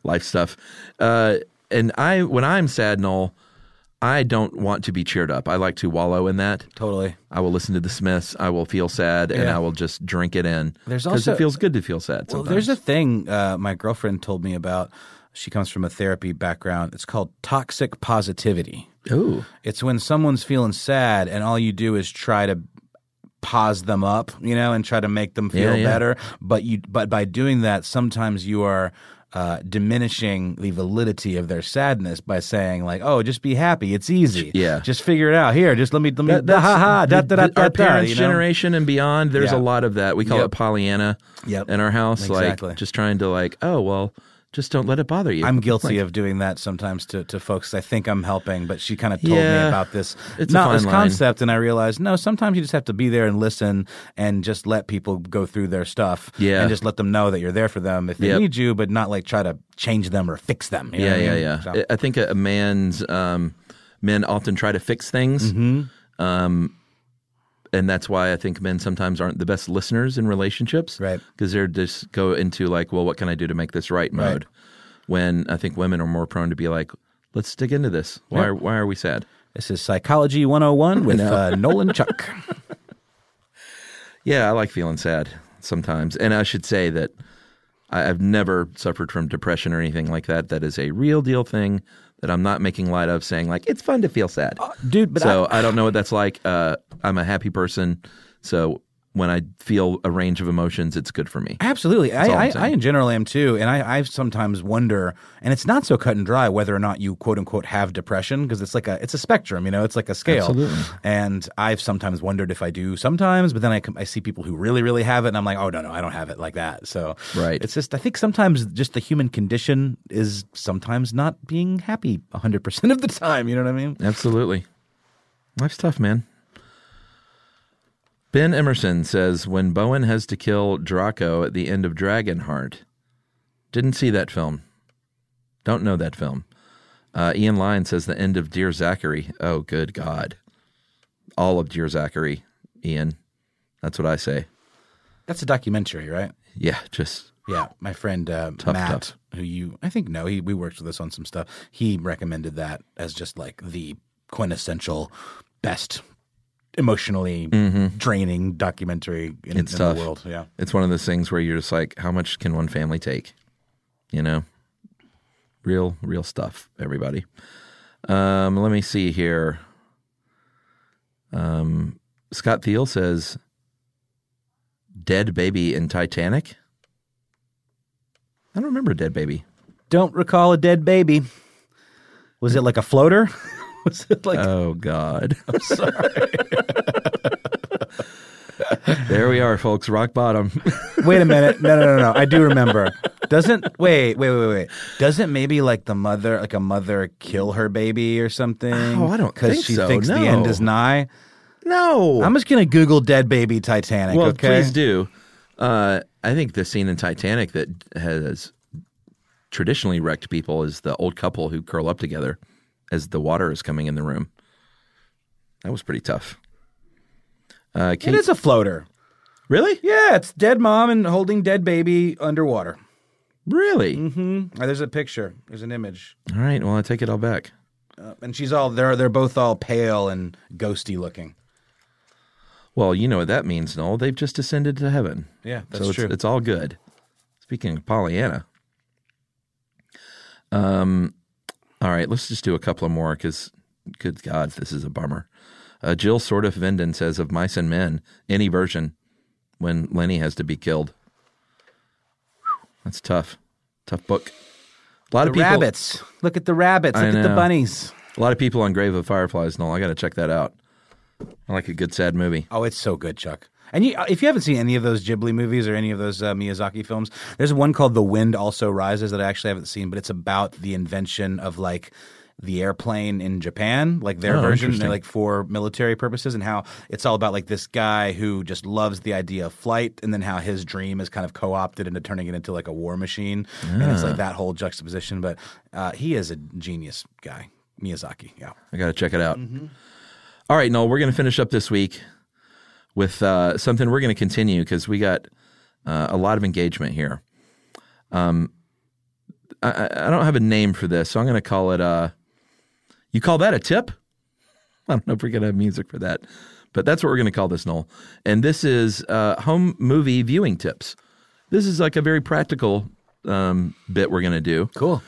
Speaker 3: Life stuff. Uh, and I when I'm sad and all, I don't want to be cheered up. I like to wallow in that.
Speaker 2: Totally.
Speaker 3: I will listen to the Smiths. I will feel sad, and
Speaker 2: Yeah.
Speaker 3: I will just drink it in.
Speaker 2: There's
Speaker 3: because
Speaker 2: also-
Speaker 3: it feels good to feel sad.
Speaker 2: Well,
Speaker 3: Sometimes.
Speaker 2: there's a thing uh, my girlfriend told me about. She comes from a therapy background. It's called toxic positivity.
Speaker 3: Ooh.
Speaker 2: It's when someone's feeling sad and all you do is try to pause them up, you know, and try to make them feel
Speaker 3: Yeah, yeah.
Speaker 2: better. But you, but by doing that, sometimes you are uh, diminishing the validity of their sadness by saying like, "Oh, just be happy. It's easy.
Speaker 3: Yeah.
Speaker 2: just figure it out. Here, just let me let me
Speaker 3: That-
Speaker 2: da, ha ha da
Speaker 3: the-
Speaker 2: da da
Speaker 3: the-
Speaker 2: da,
Speaker 3: our
Speaker 2: da,"
Speaker 3: parents'
Speaker 2: you know?
Speaker 3: generation and beyond. There's
Speaker 2: Yeah.
Speaker 3: a lot of that. We call
Speaker 2: Yep.
Speaker 3: it Pollyanna
Speaker 2: Yep.
Speaker 3: in our house.
Speaker 2: Exactly.
Speaker 3: Like just trying to like, oh well, just don't let it bother you.
Speaker 2: I'm guilty of doing that sometimes to, to folks. I think I'm helping, but she kind of told me
Speaker 3: Yeah.
Speaker 2: about this
Speaker 3: It's a
Speaker 2: not
Speaker 3: fine
Speaker 2: this
Speaker 3: line.
Speaker 2: concept, and I realized no. Sometimes you just have to be there and listen, and just let people go through their stuff.
Speaker 3: Yeah.
Speaker 2: and just let them know that you're there for them if they
Speaker 3: Yep.
Speaker 2: need you, but not like try to change them or fix them. you know
Speaker 3: yeah,
Speaker 2: what I
Speaker 3: yeah,
Speaker 2: mean?
Speaker 3: yeah.
Speaker 2: So-
Speaker 3: I- I think a a man's um, men often try to fix things.
Speaker 2: Mm-hmm.
Speaker 3: Um, and that's why I think men sometimes aren't the best listeners in relationships,
Speaker 2: Right.
Speaker 3: Because they're just go into like, well, what can I do to make this right mode? When I think women are more prone to be like, let's dig into this. Why? Are, why are we sad?
Speaker 2: This is Psychology 101 with
Speaker 3: No.
Speaker 2: uh, Nolan Chuck.
Speaker 3: Yeah, I like feeling sad sometimes. And I should say that I, I've never suffered from depression or anything like that. That is a real deal thing that I'm not making light of, saying, like, it's fun to feel sad.
Speaker 2: dude, but
Speaker 3: so I, don't know what that's like. Uh, I'm a happy person. So when I feel a range of emotions, it's good for me.
Speaker 2: Absolutely.
Speaker 3: all
Speaker 2: I, I,
Speaker 3: I'm saying.
Speaker 2: I in general am too. And I, I sometimes wonder, and it's not so cut and dry whether or not you quote unquote have depression because it's like a, it's a spectrum, you know, it's like a scale.
Speaker 3: Absolutely.
Speaker 2: And I've sometimes wondered if I do sometimes, but then I, com- I see people who really, really have it and I'm like, oh no, no, I don't have it like that. So
Speaker 3: Right.
Speaker 2: it's just, I think sometimes just the human condition is sometimes not being happy 100% of the time. You know what I mean?
Speaker 3: Absolutely. Life's tough, man. Ben Emerson says when Bowen has to kill Draco at the end of Dragonheart. Didn't see that film. Don't know that film. Uh, Ian Lyon says the end of Dear Zachary. Oh, good God. All of Dear Zachary, Ian. That's what I say.
Speaker 2: That's a documentary, right?
Speaker 3: Yeah, just
Speaker 2: Yeah, my friend uh, Matt, who you I think no, he we worked with us on some stuff. He recommended that as just like the quintessential best emotionally draining documentary in,
Speaker 3: It's
Speaker 2: in
Speaker 3: tough.
Speaker 2: the world. Yeah.
Speaker 3: it's one of those things where you're just like, how much can one family take? You know, real, real stuff, everybody. Um, let me see here. Um, Scott Thiel says, "Dead baby in Titanic." I don't remember dead baby.
Speaker 2: Don't recall a dead baby. Was it like a floater? Was it like
Speaker 3: Oh God! I'm sorry. there we are, folks. Rock bottom.
Speaker 2: Wait a minute. No, no, no, no. I do remember. Doesn't wait, wait, wait, wait. Doesn't maybe like the mother, like a mother, kill her baby or something?
Speaker 3: Oh, I don't
Speaker 2: because
Speaker 3: think
Speaker 2: she
Speaker 3: so,
Speaker 2: thinks the end is nigh.
Speaker 3: no,
Speaker 2: I'm just gonna Google dead baby Titanic.
Speaker 3: Well,
Speaker 2: okay,
Speaker 3: please do. Uh, I think the scene in Titanic that has traditionally wrecked people is the old couple who curl up together as the water is coming in the room. That was pretty tough. Uh, Kate,
Speaker 2: It is a floater.
Speaker 3: really?
Speaker 2: Yeah, it's dead mom and holding dead baby underwater.
Speaker 3: Really?
Speaker 2: Uh, There's a picture. There's an image,
Speaker 3: All right. Well, I take it all back.
Speaker 2: Uh, and she's all they're they're both all pale and ghosty looking.
Speaker 3: Well, you know what that means, Noel. They've just ascended to heaven.
Speaker 2: Yeah, that's
Speaker 3: so it's,
Speaker 2: true.
Speaker 3: It's all good. Speaking of Pollyanna, um, all right, let's just do a couple of more because, good God, this is a bummer. Uh, Jill sort of Venden says of Mice and Men, any version, when Lenny has to be killed. Whew, that's tough. Tough book. A lot
Speaker 2: the
Speaker 3: of people,
Speaker 2: rabbits. Look at the rabbits.
Speaker 3: I
Speaker 2: Look at the
Speaker 3: know.
Speaker 2: bunnies.
Speaker 3: A lot of people on Grave of Fireflies, Noel. I got to check that out. I like a good sad movie.
Speaker 2: Oh, it's so good, Chuck. And you, if you haven't seen any of those Ghibli movies or any of those uh, Miyazaki films, there's one called The Wind Also Rises that I actually haven't seen, but it's about the invention of like the airplane in Japan, like their
Speaker 3: Oh,
Speaker 2: version,
Speaker 3: interesting.
Speaker 2: like for military purposes, and how it's all about like this guy who just loves the idea of flight, and then how his dream is kind of co-opted into turning it into like a war machine, and
Speaker 3: Ah.
Speaker 2: it's like that whole juxtaposition. But uh, he is a genius guy, Miyazaki. Yeah.
Speaker 3: I got to check it out. All right, Noel, we're going to finish up this week with uh, something we're going to continue because we got uh, a lot of engagement here. Um, I- I, I don't have a name for this, so I'm going to call it. Uh, you call that a tip? I don't know if we're going to have music for that, but that's what we're going to call this, Noel. And this is uh, home movie viewing tips. This is like a very practical um, bit we're going to do
Speaker 2: Cool.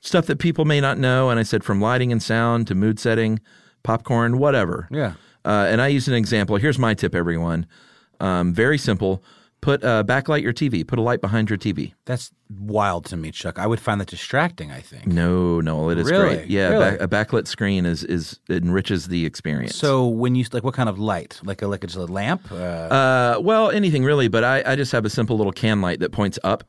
Speaker 3: stuff that people may not know. And I said from lighting and sound to mood setting, popcorn, whatever.
Speaker 2: Yeah.
Speaker 3: Uh, and I used an example. Here's my tip, everyone. Um, very simple. Put uh, backlight your TV. Put a light behind your TV.
Speaker 2: That's wild to me, Chuck. I would find that distracting. I think.
Speaker 3: No, no, it is
Speaker 2: Really?
Speaker 3: great. Yeah,
Speaker 2: Really?
Speaker 3: back, a backlit screen is is enriches the experience.
Speaker 2: So when you like, what kind of light? Like a like it's a lamp? Uh,
Speaker 3: uh, well, anything really. But I, I just have a simple little can light that points up.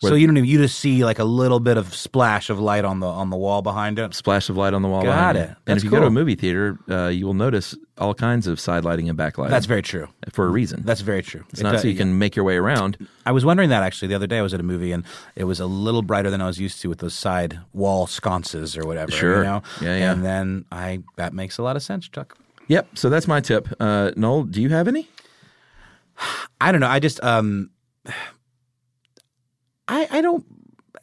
Speaker 2: so you don't even you just see like a little bit of splash of light on the on the wall behind it.
Speaker 3: Splash of light on the wall.
Speaker 2: Got
Speaker 3: behind
Speaker 2: it.
Speaker 3: you. and
Speaker 2: That's
Speaker 3: if you go to a
Speaker 2: cool.
Speaker 3: movie theater, uh, you will notice all kinds of side lighting and backlighting.
Speaker 2: That's very true.
Speaker 3: for a reason.
Speaker 2: That's very true. uh,
Speaker 3: it's not so you can make your way around.
Speaker 2: I was wondering that actually the other day. I was at a movie and it was a little brighter than I was used to with those side wall sconces or whatever.
Speaker 3: Sure.
Speaker 2: You know?
Speaker 3: Yeah, yeah.
Speaker 2: And then I that makes a lot of sense, Chuck.
Speaker 3: Yep. So that's my tip. Uh, Noel, do you have any?
Speaker 2: I don't know. I just um, I I don't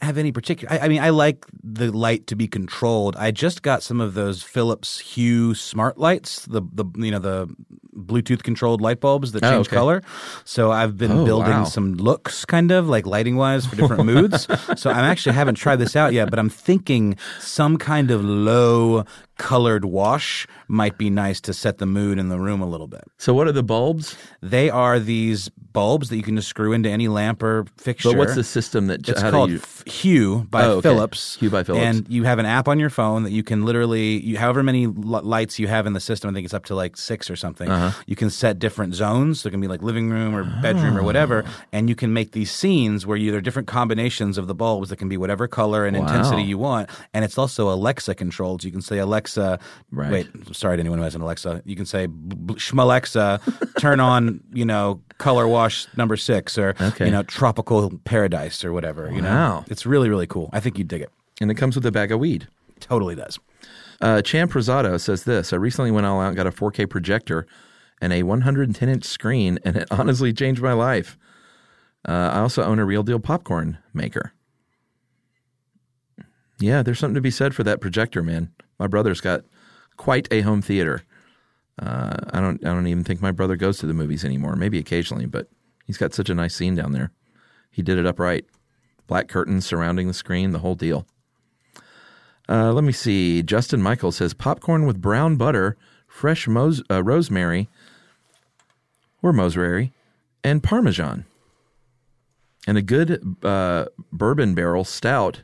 Speaker 2: have any particular. I, I mean, I like the light to be controlled. I just got some of those Philips Hue smart lights, the the you know the Bluetooth controlled light bulbs that
Speaker 3: Oh,
Speaker 2: change
Speaker 3: okay.
Speaker 2: color. So I've been
Speaker 3: Oh,
Speaker 2: building
Speaker 3: wow.
Speaker 2: some looks, kind of like lighting wise for different moods. So I'm actually haven't tried this out yet, but I'm thinking some kind of low colored wash might be nice to set the mood in the room a little bit.
Speaker 3: So what are the bulbs?
Speaker 2: They are these bulbs that you can just screw into any lamp or fixture.
Speaker 3: But what's the system that?
Speaker 2: It's
Speaker 3: how
Speaker 2: called
Speaker 3: do you,
Speaker 2: F- Hue by
Speaker 3: Oh, okay.
Speaker 2: Philips.
Speaker 3: Hue by Philips.
Speaker 2: And you have an app on your phone that you can literally, you, however many li- lights you have in the system, I think it's up to like six or something.
Speaker 3: Uh-huh.
Speaker 2: You can set different zones. There can be like living room or bedroom or
Speaker 3: Oh.
Speaker 2: whatever, and you can make these scenes where you there are different combinations of the bulbs that can be whatever color and intensity
Speaker 3: Wow.
Speaker 2: you want. And it's also Alexa controlled. You can say Alexa.
Speaker 3: Right.
Speaker 2: Wait, sorry to anyone who has an Alexa. You can say Alexa, turn on you know color wash number six or
Speaker 3: Okay.
Speaker 2: you know tropical paradise or whatever. You
Speaker 3: Wow.
Speaker 2: know, it's really really cool. I think you dig it.
Speaker 3: and it comes with a bag of weed.
Speaker 2: Totally does.
Speaker 3: Uh, Champ Rosado says this. I recently went all out and got a 4K projector and a 110 inch screen, and it honestly changed my life. Uh, I also own a real deal popcorn maker. Yeah, there's something to be said for that projector, man. My brother's got quite a home theater. Uh, I don't. I don't even think my brother goes to the movies anymore. Maybe occasionally, but he's got such a nice scene down there. He did it upright. Black curtains surrounding the screen, the whole deal. Uh, let me see. Justin Michael says popcorn with brown butter, fresh mos- uh, rosemary or moserary, and parmesan, and a good uh, bourbon barrel stout.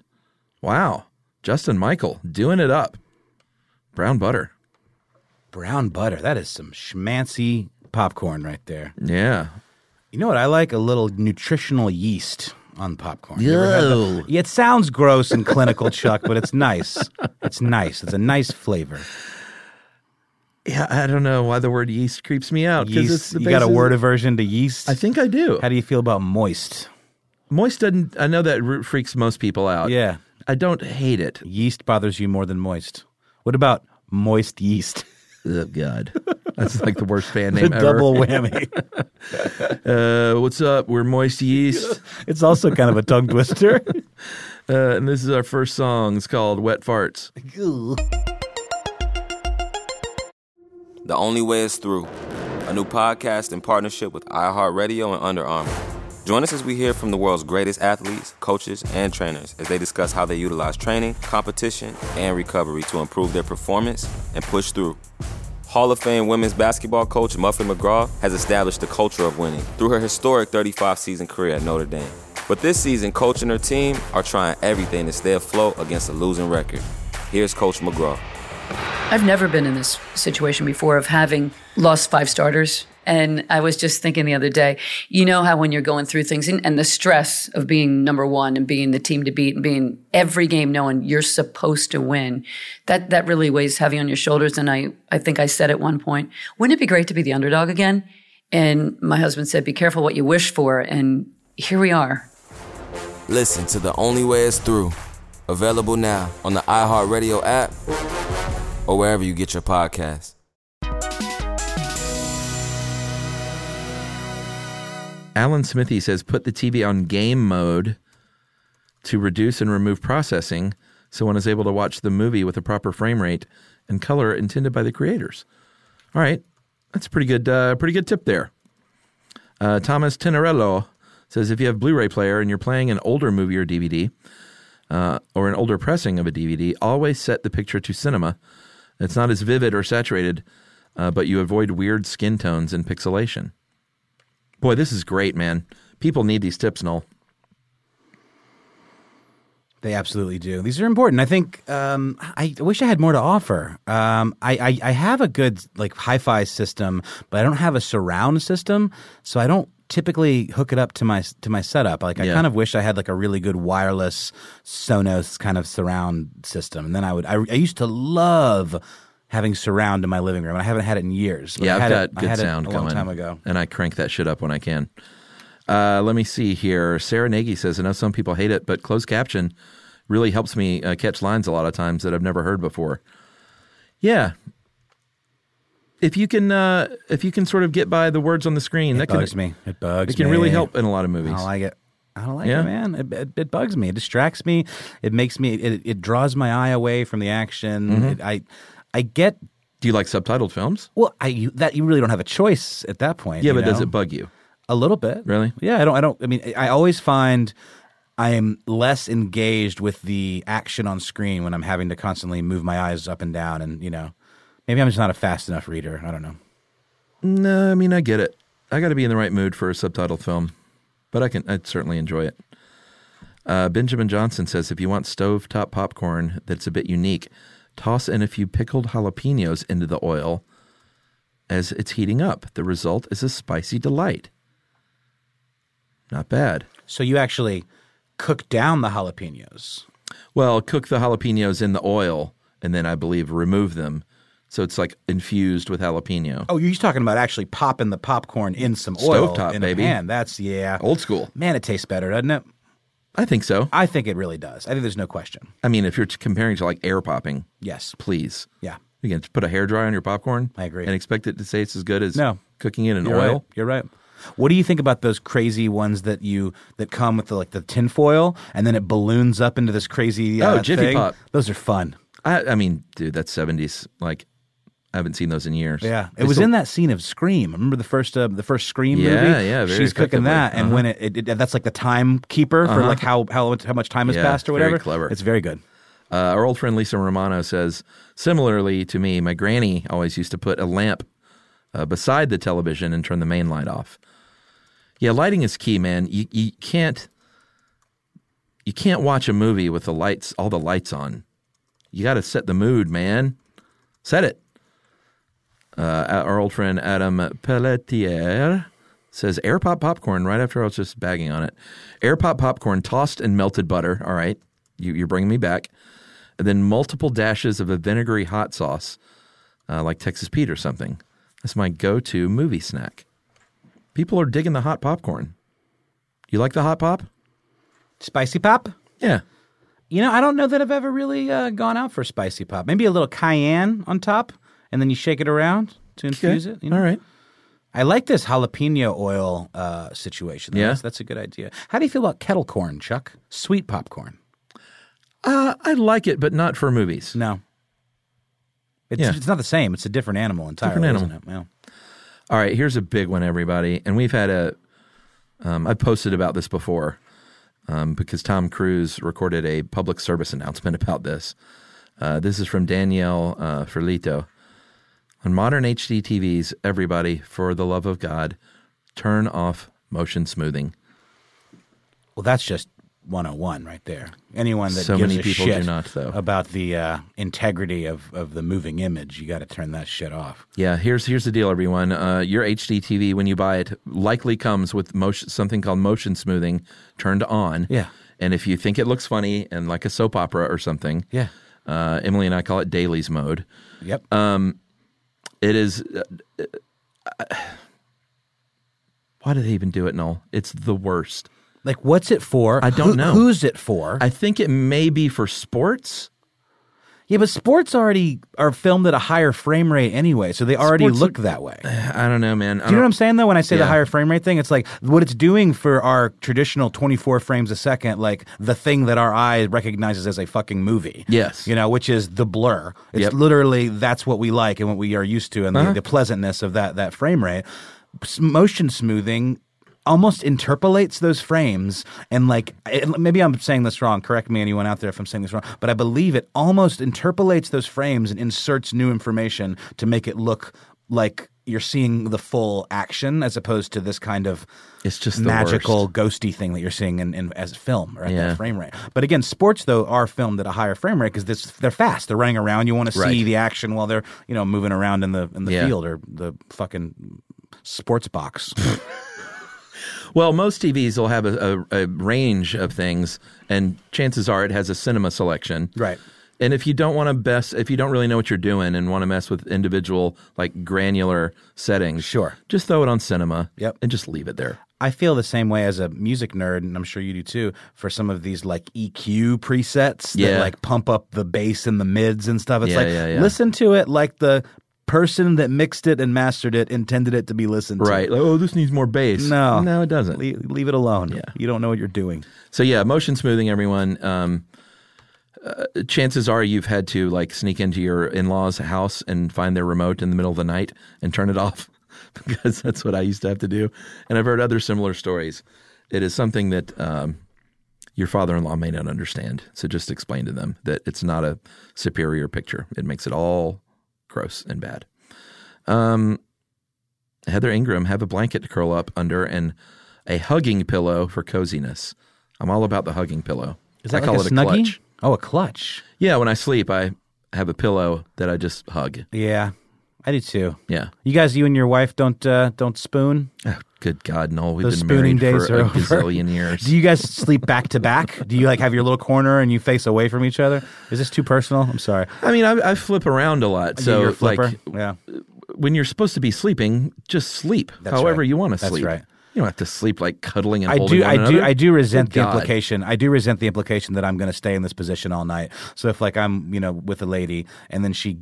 Speaker 3: Wow, Justin Michael doing it up. Brown butter.
Speaker 2: Brown butter. That is some schmancy popcorn right there.
Speaker 3: Yeah.
Speaker 2: You know what I like? A little nutritional yeast on popcorn. You ever had that? Yeah, it sounds gross and clinical, Chuck, but it's nice. It's nice. It's a nice flavor.
Speaker 3: Yeah, I don't know why the word yeast creeps me out. 'cause
Speaker 2: Yeast.
Speaker 3: it's the
Speaker 2: you got a
Speaker 3: basis-
Speaker 2: word aversion to yeast?
Speaker 3: I think I do.
Speaker 2: How do you feel about moist?
Speaker 3: Moist doesn't. I know that r- freaks most people out.
Speaker 2: Yeah.
Speaker 3: I don't hate it.
Speaker 2: Yeast bothers you more than moist. What about moist yeast?
Speaker 3: Oh God, that's like the worst fan
Speaker 2: The
Speaker 3: name ever.
Speaker 2: double whammy.
Speaker 3: Uh, what's up? We're Moist Yeast,
Speaker 2: it's also kind of a tongue twister.
Speaker 3: uh, and this is our first song. It's called Wet Farts.
Speaker 6: The Only Way is Through, a new podcast in partnership with iHeartRadio and Under Armour. Join us as we hear from the world's greatest athletes, coaches, and trainers as they discuss how they utilize training, competition, and recovery to improve their performance and push through. Hall of Fame women's basketball coach Muffin McGraw has established the culture of winning through her historic 35 season career at Notre Dame. But this season, coach and her team are trying everything to stay afloat against a losing record. Here's Coach McGraw.
Speaker 7: I've never been in this situation before of having lost five starters. And I was just thinking the other day, you know how when you're going through things and, and the stress of being number one and being the team to beat and being every game knowing you're supposed to win, that that really weighs heavy on your shoulders. And I, I think I said at one point, wouldn't it be great to be the underdog again? And my husband said, be careful what you wish for. And here we are.
Speaker 6: Listen to The Only Way Is Through. Available now on the iHeartRadio app or wherever you get your podcasts.
Speaker 3: Alan Smithy says put the TV on game mode to reduce and remove processing, so one is able to watch the movie with the proper frame rate and color intended by the creators. All right, that's a pretty good, uh, pretty good tip there. Uh, Thomas Tenerello says if you have Blu-ray player and you're playing an older movie or DVD, uh, or an older pressing of a DVD, always set the picture to cinema. It's not as vivid or saturated, uh, but you avoid weird skin tones and pixelation. Boy, this is great, man. People need these tips, Noel.
Speaker 2: They absolutely do. These are important. I think um, I I wish I had more to offer. Um, I, I I have a good like hi-fi system, but I don't have a surround system, so I don't typically hook it up to my to my setup. Like I
Speaker 3: Yeah.
Speaker 2: kind of wish I had like a really good wireless Sonos kind of surround system, and then I would. I, I used to love having surround in my living room, and I haven't had it in years. but
Speaker 3: Yeah,
Speaker 2: I
Speaker 3: I've
Speaker 2: had
Speaker 3: got
Speaker 2: it, I
Speaker 3: good
Speaker 2: had it
Speaker 3: sound
Speaker 2: a
Speaker 3: going.
Speaker 2: long time ago.
Speaker 3: And I crank that shit up when I can. Uh, let me see here. Sarah Nagy says, I know some people hate it, but closed caption really helps me uh, catch lines a lot of times that I've never heard before. Yeah. If you can, uh, if you can sort of get by the words on the screen, that
Speaker 2: It bugs
Speaker 3: can,
Speaker 2: me. It bugs.
Speaker 3: It can really
Speaker 2: me.
Speaker 3: help in a lot of movies.
Speaker 2: I don't like it. I don't like
Speaker 3: Yeah.
Speaker 2: it, man. It, it, it bugs me. It distracts me. It makes me. It, it draws my eye away from the action.
Speaker 3: Mm-hmm.
Speaker 2: It, I, I get.
Speaker 3: Do you like subtitled films?
Speaker 2: Well, I you, that you really don't have a choice at that point.
Speaker 3: Yeah,
Speaker 2: you
Speaker 3: but does
Speaker 2: know?
Speaker 3: it bug you?
Speaker 2: A little bit.
Speaker 3: Really?
Speaker 2: Yeah, I don't I don't I mean I always find I am less engaged with the action on screen when I'm having to constantly move my eyes up and down and, you know, maybe I'm just not a fast enough reader. I don't know.
Speaker 3: No, I mean I get it. I got to be in the right mood for a subtitled film, but I can I certainly enjoy it. Uh, Benjamin Johnson says if you want stovetop popcorn that's a bit unique, toss in a few pickled jalapenos into the oil as it's heating up. The result is a spicy delight. Not bad.
Speaker 2: So you actually cook down the jalapenos.
Speaker 3: Well, cook the jalapenos in the oil and then I believe remove them, so it's like infused with jalapeno.
Speaker 2: Oh, you're talking about actually popping the popcorn in some oil
Speaker 3: Stovetop,
Speaker 2: in
Speaker 3: baby. Oh.
Speaker 2: a pan. That's yeah.
Speaker 3: Old school.
Speaker 2: Man, it tastes better, doesn't it?
Speaker 3: I think so.
Speaker 2: I think it really does. I think there's no question.
Speaker 3: I mean, if you're t- comparing to like air popping,
Speaker 2: Yes.
Speaker 3: please.
Speaker 2: Yeah.
Speaker 3: You can just put a hairdryer on your popcorn.
Speaker 2: I agree.
Speaker 3: And expect it to say it's as good as
Speaker 2: No.
Speaker 3: cooking it in
Speaker 2: You're
Speaker 3: oil.
Speaker 2: right. You're right. What do you think about those crazy ones that you that come with the, like the tinfoil and then it balloons up into this crazy uh,
Speaker 3: Oh, Jiffy
Speaker 2: thing?
Speaker 3: Pop.
Speaker 2: Those are fun.
Speaker 3: I, I mean, dude, that's seventies. Like, I haven't seen those in years.
Speaker 2: Yeah, it
Speaker 3: They
Speaker 2: was
Speaker 3: still-
Speaker 2: in that scene of Scream. Remember the first uh, the first Scream
Speaker 3: Yeah,
Speaker 2: movie?
Speaker 3: yeah, very
Speaker 2: She's cooking that,
Speaker 3: effectively. Uh-huh.
Speaker 2: and when it, it, it- that's like the timekeeper for like how how how much time has
Speaker 3: Yeah,
Speaker 2: passed or
Speaker 3: very
Speaker 2: whatever.
Speaker 3: clever.
Speaker 2: It's very good.
Speaker 3: Uh, our old friend Lisa Romano says similarly to me, my granny always used to put a lamp uh, beside the television and turn the main light off. Yeah, lighting is key, man. You you can't you can't watch a movie with the lights all the lights on. You got to set the mood, man. Set it. Uh, our old friend Adam Pelletier says air pop popcorn right after I was just bagging on it. Air pop popcorn tossed in melted butter. All right, you, you're bringing me back. And then multiple dashes of a vinegary hot sauce, uh, like Texas Pete or something. That's my go to movie snack. People are digging the hot popcorn. You like the hot pop?
Speaker 2: Spicy pop?
Speaker 3: Yeah.
Speaker 2: You know, I don't know that I've ever really uh, gone out for spicy pop. Maybe a little cayenne on top, and then you shake it around to infuse it. You know?
Speaker 3: All right.
Speaker 2: I like this jalapeno oil uh, situation.
Speaker 3: Yeah.
Speaker 2: That's, that's a good idea. How do you feel about kettle corn, Chuck? Sweet popcorn.
Speaker 3: Uh, I like it, but not for movies.
Speaker 2: No. It's,
Speaker 3: Yeah.
Speaker 2: it's not the same. It's a different animal entirely,
Speaker 3: Different animal.
Speaker 2: isn't it? Yeah.
Speaker 3: All right, here's a big one, everybody. And we've had a, um, I posted about this before um, because Tom Cruise recorded a public service announcement about this. Uh, this is from Danielle uh, Ferlito. On modern HD TVs, everybody, for the love of God, turn off motion smoothing.
Speaker 2: Well, that's just 101 right there. Anyone that
Speaker 3: So
Speaker 2: gives
Speaker 3: many
Speaker 2: a
Speaker 3: people do
Speaker 2: shit
Speaker 3: not, though.
Speaker 2: about the uh, integrity of, of the moving image, you got to turn that shit off.
Speaker 3: Yeah, here's here's the deal, everyone. Uh, your HD TV, when you buy it, likely comes with motion, something called motion smoothing turned on.
Speaker 2: Yeah.
Speaker 3: And if you think it looks funny and like a soap opera or something,
Speaker 2: Yeah.
Speaker 3: uh, Emily and I call it dailies mode.
Speaker 2: Yep.
Speaker 3: Uh, It is. Uh, uh, why do they even do it, Noel? It's the worst.
Speaker 2: like, what's it for?
Speaker 3: I don't
Speaker 2: Who-
Speaker 3: know.
Speaker 2: Who's it for?
Speaker 3: I think it may be for sports.
Speaker 2: yeah, but sports already are filmed at a higher frame rate anyway, so they already
Speaker 3: Sports
Speaker 2: look
Speaker 3: are-
Speaker 2: that way.
Speaker 3: I don't know, man.
Speaker 2: Do you know
Speaker 3: I don't-
Speaker 2: what I'm saying though? When I say the
Speaker 3: Yeah.
Speaker 2: higher frame rate thing, it's like what it's doing for our traditional 24 frames a second, like the thing that our eye recognizes as a fucking movie.
Speaker 3: Yes.
Speaker 2: you know, which is the blur. It's
Speaker 3: Yep. Uh-huh.
Speaker 2: literally that's what we like and what we are used to, and the, the pleasantness of that that frame rate. S- motion smoothing almost interpolates those frames and like it, maybe i'm saying this wrong correct me anyone out there if i'm saying this wrong but i believe it almost interpolates those frames and inserts new information to make it look like you're seeing the full action as opposed to this kind of
Speaker 3: It's just the
Speaker 2: magical
Speaker 3: worst.
Speaker 2: ghosty thing that you're seeing in, in as film or at
Speaker 3: Yeah.
Speaker 2: that frame rate. But again, sports though are filmed at a higher frame rate because this they're fast, they're running around. You want to see
Speaker 3: Right.
Speaker 2: the action while they're you know moving around in the in the
Speaker 3: Yeah.
Speaker 2: field or the fucking sports box.
Speaker 3: Well, most TVs will have a, a, a range of things, and chances are it has a cinema selection.
Speaker 2: Right.
Speaker 3: And if you don't want to best, if you don't really know what you're doing and want to mess with individual, like granular settings,
Speaker 2: Sure.
Speaker 3: just throw it on cinema.
Speaker 2: Yep.
Speaker 3: And just leave it there.
Speaker 2: I feel the same way as a music nerd, and I'm sure you do too, for some of these like EQ presets that
Speaker 3: Yeah.
Speaker 2: like pump up the bass and the mids and stuff. It's
Speaker 3: Yeah,
Speaker 2: like
Speaker 3: yeah, yeah.
Speaker 2: listen to it like the person that mixed it and mastered it intended it to be listened
Speaker 3: Right.
Speaker 2: to.
Speaker 3: Like, oh, this needs more bass.
Speaker 2: No.
Speaker 3: No, it doesn't.
Speaker 2: Le- leave it alone. Yeah. You don't know what you're doing.
Speaker 3: So yeah, motion smoothing, everyone. Um, uh, chances are you've had to like sneak into your in-laws' house and find their remote in the middle of the night and turn it off because that's what I used to have to do. And I've heard other similar stories. It is something that um, your father-in-law may not understand. So just explain to them that it's not a superior picture. It makes it all gross and bad. Um, Heather Ingram, have a blanket to curl up under and a hugging pillow for coziness. I'm all about the hugging pillow. I call it a clutch.
Speaker 2: Oh, a clutch.
Speaker 3: Yeah, when I sleep, I have a pillow that I just hug.
Speaker 2: Yeah, I do too.
Speaker 3: Yeah.
Speaker 2: You guys, you and your wife don't uh, don't spoon.
Speaker 3: Oh, good God, Noel, we've
Speaker 2: Those
Speaker 3: been
Speaker 2: spooning
Speaker 3: married
Speaker 2: days
Speaker 3: for
Speaker 2: are
Speaker 3: a
Speaker 2: over.
Speaker 3: gazillion years.
Speaker 2: Do you guys sleep back to back? Do you like have your little corner and you face away from each other? Is this too personal? I'm sorry.
Speaker 3: I mean, I, I flip around a lot,
Speaker 2: Do
Speaker 3: so
Speaker 2: your flipper?
Speaker 3: like
Speaker 2: yeah,
Speaker 3: when you're supposed to be sleeping, just sleep
Speaker 2: That's
Speaker 3: however
Speaker 2: right.
Speaker 3: you want to
Speaker 2: That's
Speaker 3: sleep.
Speaker 2: right.
Speaker 3: You don't have to sleep like cuddling and
Speaker 2: I
Speaker 3: holding
Speaker 2: do.
Speaker 3: one
Speaker 2: I do.
Speaker 3: another.
Speaker 2: I do resent
Speaker 3: Good
Speaker 2: the
Speaker 3: God.
Speaker 2: implication. I do resent the implication that I'm going to stay in this position all night. So if like I'm you know with a lady and then she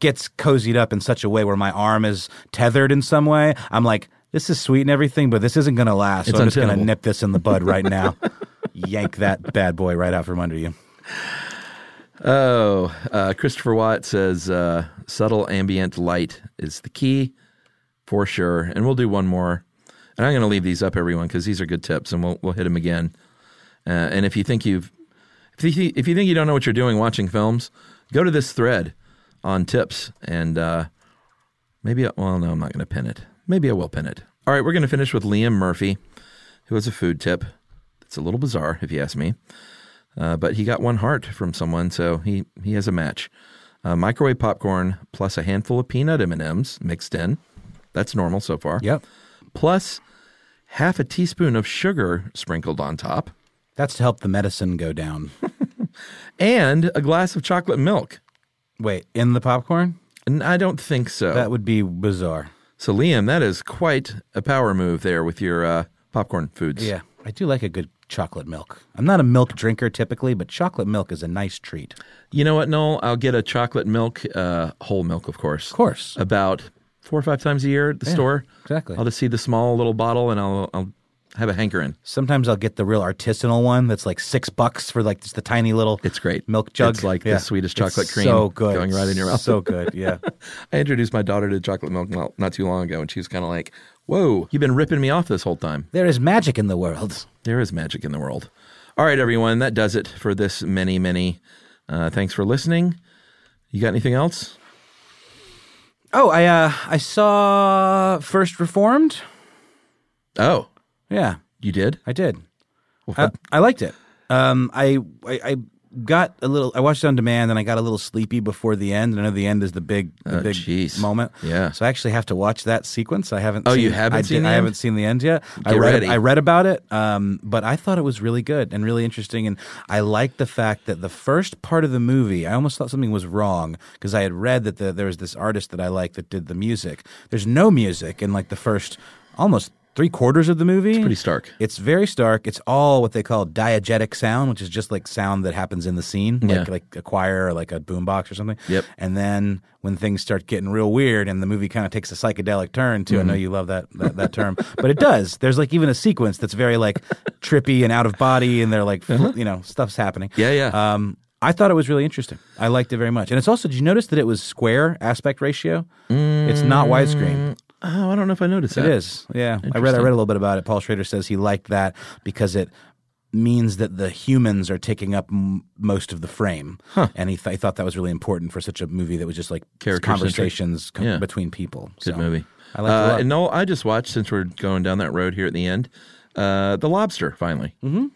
Speaker 2: gets cozied up in such a way where my arm is tethered in some way, I'm like, this is sweet and everything, but this isn't going to last. So
Speaker 3: It's
Speaker 2: I'm just going to
Speaker 3: untenable.
Speaker 2: nip this in the bud right now. Yank that bad boy right out from under you.
Speaker 3: Oh, uh, Christopher Watt says uh, subtle ambient light is the key for sure. And we'll do one more. And I'm going to leave these up, everyone, because these are good tips, and we'll we'll hit them again. Uh, and if you think you've if you, thi- if you think you don't know what you're doing watching films, go to this thread on tips, and uh, maybe I, well, no, I'm not going to pin it. Maybe I will pin it. All right, we're going to finish with Liam Murphy, who has a food tip. It's a little bizarre, if you ask me. Uh, but he got one heart from someone, so he he has a match. Uh, microwave popcorn plus a handful of peanut M and M's mixed in. That's normal so far.
Speaker 2: Yep.
Speaker 3: Plus half a teaspoon of sugar sprinkled on top,
Speaker 2: That's to help the medicine go down.
Speaker 3: and a glass of chocolate milk.
Speaker 2: Wait, in the popcorn?
Speaker 3: And I don't think so.
Speaker 2: That would be bizarre.
Speaker 3: so Liam, that is quite a power move there with your uh, popcorn foods.
Speaker 2: Yeah, I do like a good chocolate milk. I'm not a milk drinker typically, but chocolate milk is a nice treat.
Speaker 3: You know what, Noel? I'll get a chocolate milk, uh, whole milk, of course. Of
Speaker 2: course.
Speaker 3: About four or five times a year at the
Speaker 2: Yeah,
Speaker 3: store.
Speaker 2: exactly.
Speaker 3: I'll just see the small little bottle and I'll, I'll have a hankering.
Speaker 2: Sometimes I'll get the real artisanal one that's like six bucks for like just the tiny little. It's
Speaker 3: great
Speaker 2: milk jug.
Speaker 3: It's like
Speaker 2: Yeah.
Speaker 3: the sweetest
Speaker 2: It's
Speaker 3: chocolate cream.
Speaker 2: So good,
Speaker 3: Going right in your mouth.
Speaker 2: So good, yeah.
Speaker 3: I introduced my daughter to chocolate milk not- not too long ago, and she was kind of like, Whoa, you've been ripping me off this whole time.
Speaker 2: There is magic in the world.
Speaker 3: There is magic in the world. All right, everyone, that does it for this many, many. Uh, thanks for listening. You got anything else?
Speaker 2: Oh, I uh, I saw First Reformed.
Speaker 3: Oh,
Speaker 2: yeah,
Speaker 3: you did.
Speaker 2: I did. I, I liked it. Um, I, I I got a little. I watched it on demand, and I got a little sleepy before the end. And I know the end is the big, the
Speaker 3: Oh,
Speaker 2: big
Speaker 3: jeez.
Speaker 2: moment.
Speaker 3: Yeah.
Speaker 2: So I actually have to watch that sequence. I haven't.
Speaker 3: Oh,
Speaker 2: seen,
Speaker 3: you haven't
Speaker 2: I
Speaker 3: seen the
Speaker 2: I
Speaker 3: end?
Speaker 2: haven't seen the end yet. I
Speaker 3: Get
Speaker 2: read.
Speaker 3: ready.
Speaker 2: I read about it, um, but I thought it was really good and really interesting. And I liked the fact that the first part of the movie, I almost thought something was wrong because I had read that the, there was this artist that I like that did the music. There's no music in like the first almost. Three quarters of the movie. It's
Speaker 3: pretty stark.
Speaker 2: It's very stark. It's all what they call diegetic sound, which is just like sound that happens in the scene, like
Speaker 3: Yeah.
Speaker 2: like a choir or like a boombox or something.
Speaker 3: Yep.
Speaker 2: And then when things start getting real weird and the movie kind of takes a psychedelic turn too, I
Speaker 3: Mm-hmm.
Speaker 2: know you love that that, that term, but it does. There's like even a sequence that's very like trippy and out of body, and they're like fl- you know stuff's happening.
Speaker 3: Uh-huh. Yeah, yeah.
Speaker 2: Um, I thought it was really interesting. I liked it very much, and it's also. Did you notice that it was square aspect ratio? It's not widescreen.
Speaker 3: Oh, I don't know if I noticed that.
Speaker 2: It is. Yeah. I read I read a little bit about it. Paul Schrader says he liked that because it means that the humans are taking up m- most of the frame. And he, th- he thought that was really important for such a movie that was just like
Speaker 3: Character-centric.
Speaker 2: conversations com-
Speaker 3: Yeah.
Speaker 2: between people.
Speaker 3: Good
Speaker 2: So,
Speaker 3: movie.
Speaker 2: I liked it a
Speaker 3: uh,
Speaker 2: lot.
Speaker 3: And Noel, I just watched since we're going down that road here at the end. Uh, the Lobster finally. Mm-hmm.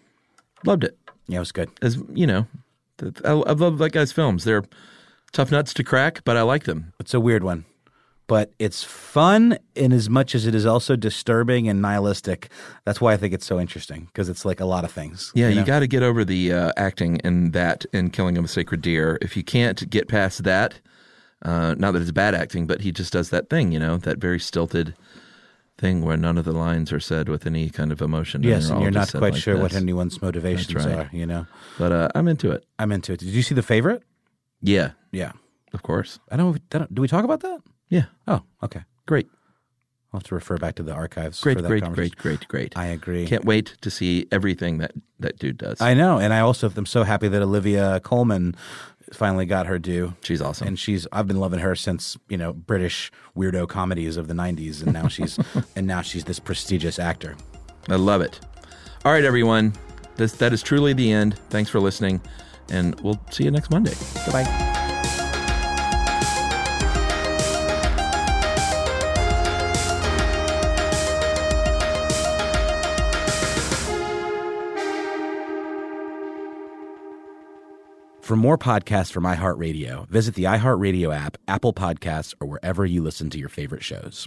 Speaker 3: Loved it.
Speaker 2: Yeah, it was good.
Speaker 3: As you know, th- I, I love that guy's films. They're tough nuts to crack, but I like them.
Speaker 2: It's a weird one. But it's fun in as much as it is also disturbing and nihilistic. That's why I think it's so interesting because it's like a lot of things.
Speaker 3: Yeah, you,
Speaker 2: know?
Speaker 3: got to get over the uh, acting and that and killing of a sacred deer. If you can't get past that, uh, not that it's bad acting, but he just does that thing, you know, that very stilted thing where none of the lines are said with any kind of emotion.
Speaker 2: Yes,
Speaker 3: they're
Speaker 2: and
Speaker 3: all
Speaker 2: you're not
Speaker 3: just said
Speaker 2: quite
Speaker 3: like
Speaker 2: sure what
Speaker 3: this.
Speaker 2: anyone's motivations
Speaker 3: right.
Speaker 2: are, you know?
Speaker 3: But uh, I'm into it.
Speaker 2: I'm into it. Did you see The Favorite?
Speaker 3: Yeah,
Speaker 2: Yeah.
Speaker 3: of course.
Speaker 2: I don't, I don't. Do we talk about that?
Speaker 3: Yeah.
Speaker 2: Oh, okay.
Speaker 3: Great.
Speaker 2: I'll have to refer back to the archives.
Speaker 3: Great,
Speaker 2: for that
Speaker 3: great,
Speaker 2: conversation.
Speaker 3: great, great, great.
Speaker 2: I agree.
Speaker 3: Can't wait to see everything that that dude does.
Speaker 2: I know, and I also am so happy that Olivia Coleman finally got her due,
Speaker 3: She's awesome.
Speaker 2: and she's. I've been loving her since you know British weirdo comedies of the '90s, and now she's and now she's this prestigious actor.
Speaker 3: I love it. All right, everyone. This, that is truly the end. Thanks for listening, and we'll see you next Monday.
Speaker 2: Goodbye. For more podcasts from iHeartRadio, visit the iHeartRadio app, Apple Podcasts, or wherever you listen to your favorite shows.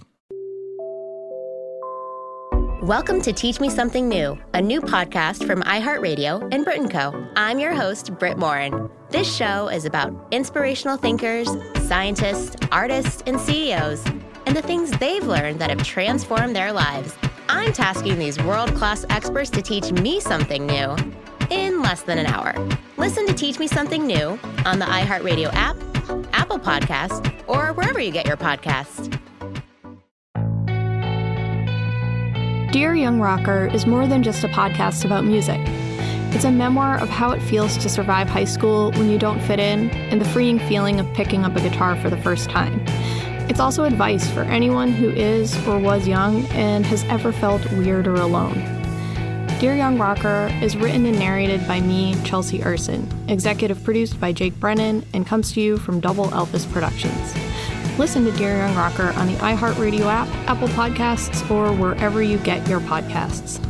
Speaker 8: Welcome to Teach Me Something New, a new podcast from iHeartRadio and Brit and Co. I'm your host, Britt Morin. This show is about inspirational thinkers, scientists, artists, and CEOs, and the things they've learned that have transformed their lives. I'm tasking these world class experts to teach me something new in less than an hour. Listen to Teach Me Something New on the iHeartRadio app, Apple Podcast, or wherever you get your podcasts.
Speaker 9: Dear Young Rocker is more than just a podcast about music. It's a memoir of how it feels to survive high school when you don't fit in and the freeing feeling of picking up a guitar for the first time. It's also advice for anyone who is or was young and has ever felt weird or alone. Dear Young Rocker is written and narrated by me, Chelsea Erson, executive produced by Jake Brennan, and comes to you from Double Elvis Productions. Listen to Dear Young Rocker on the iHeartRadio app, Apple Podcasts, or wherever you get your podcasts.